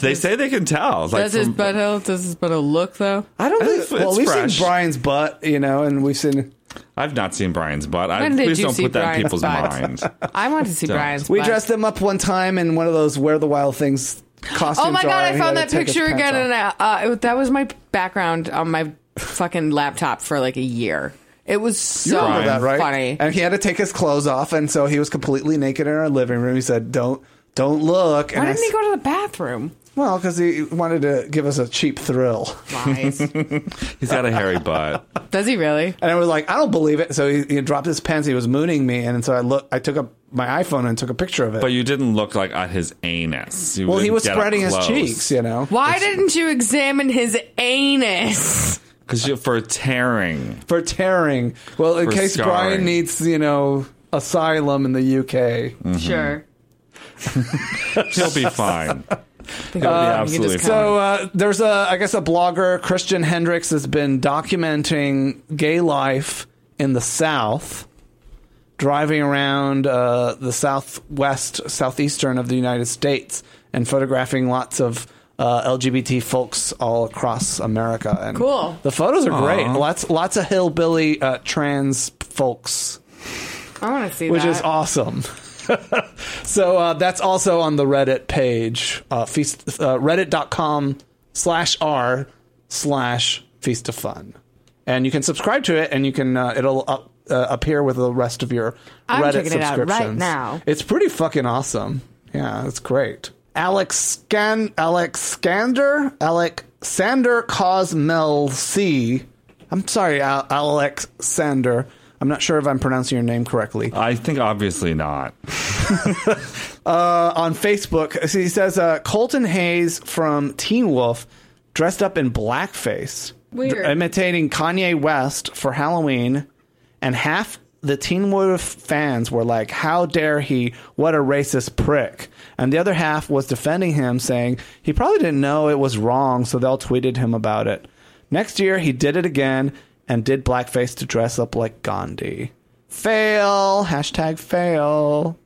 S2: *laughs* They say they can tell. It's Like
S3: does his
S2: from-
S3: butthole? Does his butthole look though?
S1: I don't
S2: I
S1: think.
S2: think
S1: Well,
S2: it's
S1: we've
S2: fresh.
S1: seen Brian's butt, you know, and we've seen.
S2: I've not seen Brian's butt. I,
S3: When did
S2: please
S3: you
S2: don't
S3: see
S2: put that in
S3: Brian's
S2: people's
S3: butt?
S2: minds.
S3: I want to see Brian's.
S1: We
S3: butt.
S1: dressed him up one time in one of those "Where the Wild Things" costumes.
S3: Oh my
S1: are,
S3: god!
S1: and
S3: I
S1: he
S3: found
S1: had
S3: that
S1: to take his
S3: picture
S1: pants
S3: again,
S1: off.
S3: and I, uh, it- that was my background on my fucking laptop for like a year. It was so
S2: remember
S1: remember that, right?
S3: funny.
S1: And he had to take his clothes off, and so he was completely naked in our living room. He said, "Don't, don't look." And
S3: Why
S1: I
S3: didn't he
S1: s-
S3: go to the bathroom?
S1: Well, because he wanted to give us a cheap thrill,
S3: Lies.
S2: He's got a hairy butt. *laughs*
S3: *laughs* Does he really?
S1: and I was like, "I don't believe it." So he, he dropped his pants. He was mooning me, and so I look. I took up my iPhone and took a picture of it.
S2: But you didn't look like at his anus. You
S1: well, he
S2: didn't
S1: was
S2: get up
S1: spreading his
S2: close.
S1: cheeks, you know,
S3: Why didn't you examine his anus?
S2: 'Cause you- for tearing.
S1: for tearing. Well, in
S2: For
S1: case Brian
S2: scarring.
S1: needs, you know, asylum in the UK.
S3: Sure.
S2: He'll be fine. He'll be
S3: you
S2: absolutely fine.
S3: just kinda-
S1: So uh, there's a, I guess, a blogger, Christian Hendricks, has been documenting gay life in the South, driving around uh, the southwest, southeastern of the United States, and photographing lots of uh, LGBT folks all across America. And
S3: Cool.
S1: The photos are great.
S2: Aw.
S1: Lots, lots of hillbilly uh, trans folks
S3: I want to see
S1: which
S3: that.
S1: is awesome. *laughs* so uh, that's also on the Reddit page, uh, feast, uh, reddit.com slash r slash feast of fun. And you can subscribe to it and you can, uh, it'll up, uh, appear with the rest of your
S3: I'm
S1: Reddit
S3: checking it out right
S1: subscriptions.
S3: now.
S1: It's pretty fucking awesome. Yeah, it's great. Alex Scan, Alex Scander, Alec Sander Cosmel C. I'm sorry, Al- Alex Sander. I'm not sure if I'm pronouncing your name correctly.
S2: I think obviously not.
S1: uh, on Facebook. So he says uh, Colton Hayes from Teen Wolf dressed up in blackface,
S3: Weird.
S1: imitating Kanye West for Halloween, and half the Teen Wolf fans were like, "How dare he? What a racist prick!" And the other half was defending him, saying he probably didn't know it was wrong, so they all tweeted him about it. Next year, he did it again and did blackface to dress up like Gandhi. Fail. Hashtag fail.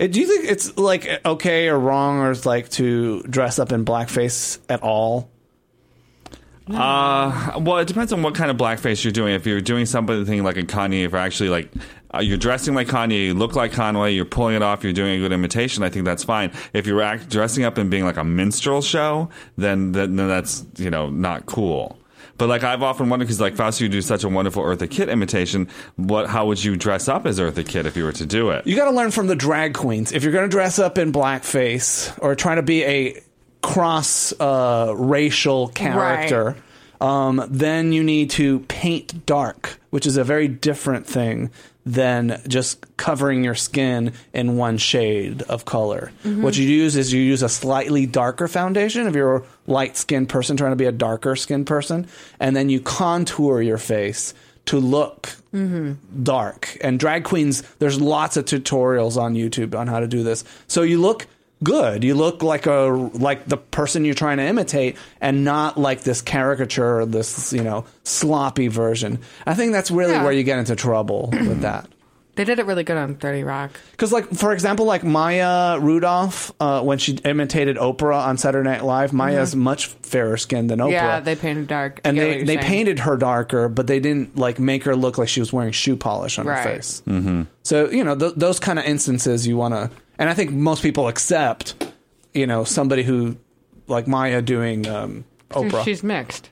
S1: Uh, Do you think it's like okay or wrong, or it's like to dress up in blackface at all?
S2: Well, it depends on what kind of blackface you're doing. If you're doing something like a Kanye, if you're actually like uh, you're dressing like Kanye, you look like Conway, you're pulling it off, you're doing a good imitation, I think that's fine. If you're act- dressing up and being like a minstrel show, then then, then that's you know not cool. But like I've often wondered because like Fausto, you do such a wonderful Eartha Kitt imitation. What? How would you dress up as Eartha Kitt if you were to do it?
S1: You got to learn from the drag queens if you're going to dress up in blackface or try to be a cross uh, racial character. Um, then you need to paint dark, which is a very different thing than just covering your skin in one shade of color. What you use is you use a slightly darker foundation if you're a light skinned person trying to be a darker skinned person, and then you contour your face to look dark. And drag queens, there's lots of tutorials on YouTube on how to do this. So you look good. You look like a like the person you're trying to imitate and not like this caricature or this, you know, sloppy version. I think that's really
S3: Yeah.
S1: where you get into trouble
S3: *clears throat*
S1: with that.
S3: they did it really good on Thirty Rock.
S1: Because, like, for example, like Maya Rudolph, uh, when she imitated Oprah on Saturday Night Live, Maya's much fairer skinned than Oprah
S3: Mm-hmm. Yeah, they painted dark. I
S1: and
S3: get what
S1: they,
S3: you're
S1: they
S3: saying.
S1: painted her darker, but they didn't like make her look like she was wearing shoe polish on
S3: Right.
S1: her face. Mm-hmm. So you know th- those kind of instances you want to and I think most people accept, you know, somebody who like Maya doing um, Oprah.
S3: She's mixed.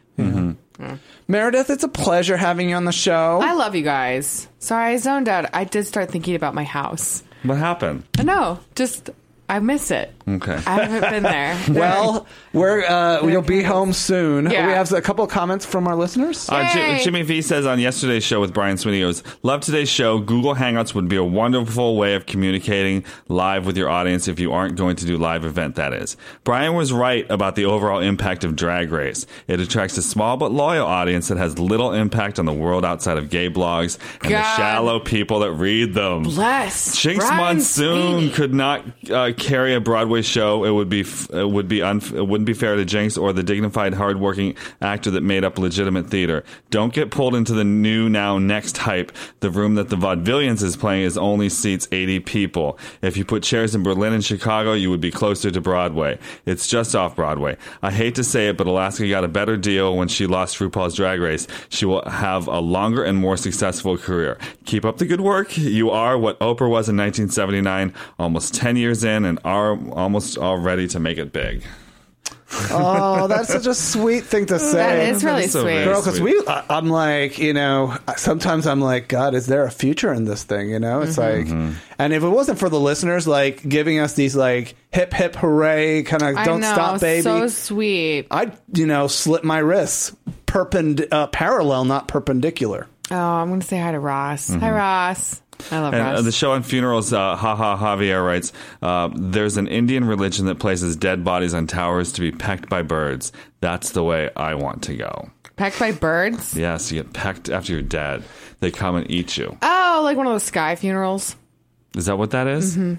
S1: Meredith, it's a pleasure having you on the show.
S3: I love you guys. Sorry, I zoned out. I did start thinking about my house.
S2: What happened?
S3: No, just I miss it.
S2: Okay.
S3: I haven't been there.
S1: *laughs* well, we're uh, we'll be home soon.
S3: Yeah.
S1: We have a couple of comments from our listeners.
S2: Uh, Ji-
S3: Yay.
S2: Jimmy V says on yesterday's show with Brian Sweeney, he goes, Love today's show. Google Hangouts would be a wonderful way of communicating live with your audience if you aren't going to do live event, that is. Brian was right about the overall impact of Drag Race. It attracts a small but loyal audience that has little impact on the world outside of gay blogs and the
S3: God.
S2: shallow people that read them.
S3: Bless.
S2: Jinx
S3: Brian
S2: Monsoon
S3: Sweeney.
S2: could not uh, carry a Broadway show. It would be f- it would be unf- it wouldn't be fair to Jinx or the dignified, hardworking actor that made up legitimate theater. Don't get pulled into the new now next hype. The room that the vaudevillians is playing is only seats eighty people. If you put chairs in Berlin and Chicago, you would be closer to Broadway. It's just off Broadway. I hate to say it, but Alaska got a better deal when she lost RuPaul's Drag Race. She will have a longer and more successful career. Keep up the good work. You are what Oprah was in 1979, almost 10 years in, and are almost all ready to make it big.
S1: oh, that's such a sweet thing to say.
S3: That is really
S2: That's so
S3: sweet.
S2: very
S1: Girl, because we, I- I'm like, you know, sometimes I'm like, God, is there a future in this thing? You know, it's
S3: Mm-hmm.
S1: like, and if it wasn't for the listeners, like giving us these like hip hip hooray kind of
S3: I
S1: don't
S3: know,
S1: stop baby,
S3: So sweet.
S1: I'd you know slit my wrists, perpend uh, parallel, not perpendicular.
S3: Oh, I'm gonna say hi to Ross. Hi, Ross. I love
S2: Mm-hmm. And
S3: Ross.
S2: uh, the show on funerals, uh, Ha Ha Javier writes, uh, there's an Indian religion that places dead bodies on towers to be pecked by birds. That's the way I want to go.
S3: Pecked by birds.
S2: Yes, you get pecked after you're dead. They come and eat you.
S3: Oh, like one of those sky funerals.
S2: Is that what that is?
S3: Mm-hmm.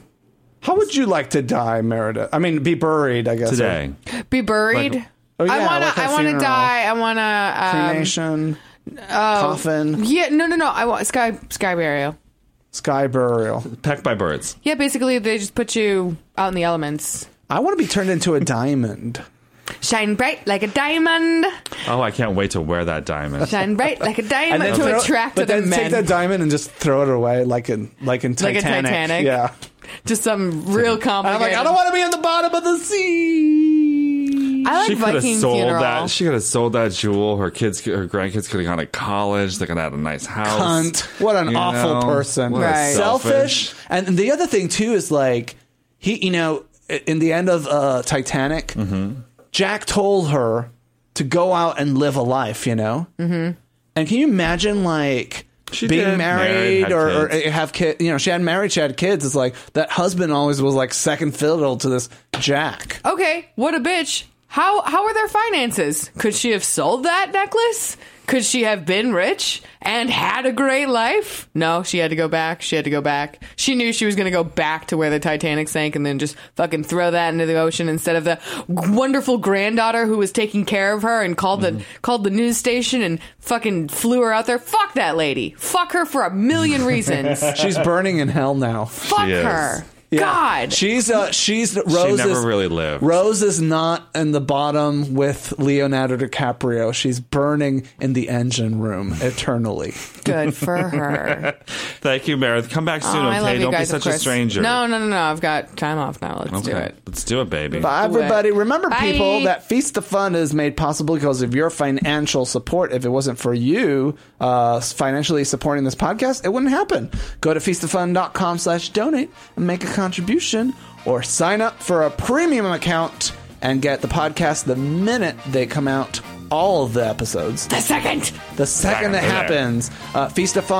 S1: How would you like to die, Meredith? I mean, be buried, I guess.
S2: Today.
S3: Be buried.
S2: Like-
S1: Oh, yeah,
S3: I wanna.
S1: like a
S3: I wanna
S1: funeral.
S3: die. I
S1: or
S3: wanna. Um,
S1: cremation, coffin,
S3: yeah. No. No. No. I want sky sky burial.
S1: sky burial.
S2: Pecked by birds.
S3: Yeah. Basically, they just put you out in the elements.
S1: I want to be turned into a diamond.
S3: Shine bright like a diamond.
S2: Oh, I can't wait to wear that
S3: *laughs*
S2: diamond.
S3: Shine
S1: *laughs*
S3: bright like a diamond to
S1: throw-
S3: attract
S1: but
S3: other
S1: then
S3: men.
S1: take that diamond and just throw it away, like in like in
S3: Like
S1: Titanic.
S3: in Titanic. Oh
S1: Yeah,
S3: just some real
S1: and I'm
S3: complicated.
S1: like, I don't want to be in the bottom of the sea.
S3: I like
S2: she could have
S3: Viking
S2: sold
S3: funeral.
S2: that. She could have sold that jewel. Her kids, her grandkids could have gone to college. They could have had a nice house.
S1: Cunt! What an
S2: You
S1: awful
S2: know?
S1: person.
S2: What a
S3: Right.
S1: Selfish. And the other thing too is like he, you know, in the end of uh, Titanic,
S2: Mm-hmm.
S1: Jack told her to go out and live a life. You know. Mm-hmm. And can you imagine like?
S2: She
S1: being
S2: did. Married,
S1: married,
S2: had
S1: or,
S2: kids.
S1: or have kids, you know, she had married, she had kids. It's like that husband always was like second fiddle to this Jack.
S3: okay, what a bitch. How how were their finances? Could she have sold that necklace? Could she have been rich and had a great life? No, she had to go back. She had to go back. She knew she was going to go back to where the Titanic sank and then just fucking throw that into the ocean instead of the wonderful granddaughter who was taking care of her and called the called the news station and fucking flew her out there. Fuck that lady. Fuck her for a million reasons. *laughs*
S1: She's burning in hell now.
S3: Fuck
S2: is.
S3: her.
S1: Yeah.
S3: God.
S1: she's uh, she's Rose.
S2: never
S1: is-
S2: really lived.
S1: Rose is not in the bottom with Leonardo DiCaprio. She's burning in the engine room eternally.
S3: Good for her.
S2: Thank you, Meredith. Come back soon,
S3: Oh, I love
S2: okay?
S3: you
S2: Don't
S3: guys,
S2: be
S3: of
S2: such a
S3: course.
S2: stranger.
S3: No, no, no, no. I've got time off now. Let's
S2: Okay.
S3: do it.
S2: Let's do it, baby.
S1: Bye, everybody. Remember,
S3: Bye.
S1: people, that Feast the Fun is made possible because of your financial support. If it wasn't for you uh, financially supporting this podcast, it wouldn't happen. Go to feastthefun.com slash donate and make a contribution or sign up for a premium account and get the podcast the minute they come out, all of the episodes.
S3: The second.
S1: The second it
S2: Back there.
S1: happens, uh,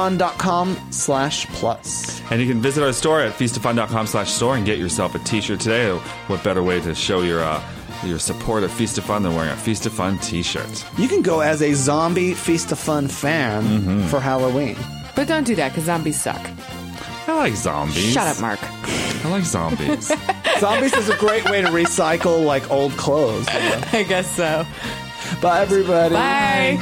S1: feastofun.com slash plus.
S2: And you can visit our store at feastofun.com slash store and get yourself a t-shirt today. What better way to show your uh, your support of Feast of Fun than wearing a Feast of Fun t-shirt?
S1: You can go as a zombie Feast of Fun fan for Halloween.
S3: But don't do that because zombies suck.
S2: I like zombies.
S3: Shut up, Mark. *laughs*
S2: I like zombies.
S1: Zombies is a great way to recycle like old clothes.
S3: I guess so.
S1: Bye, everybody.
S3: Bye.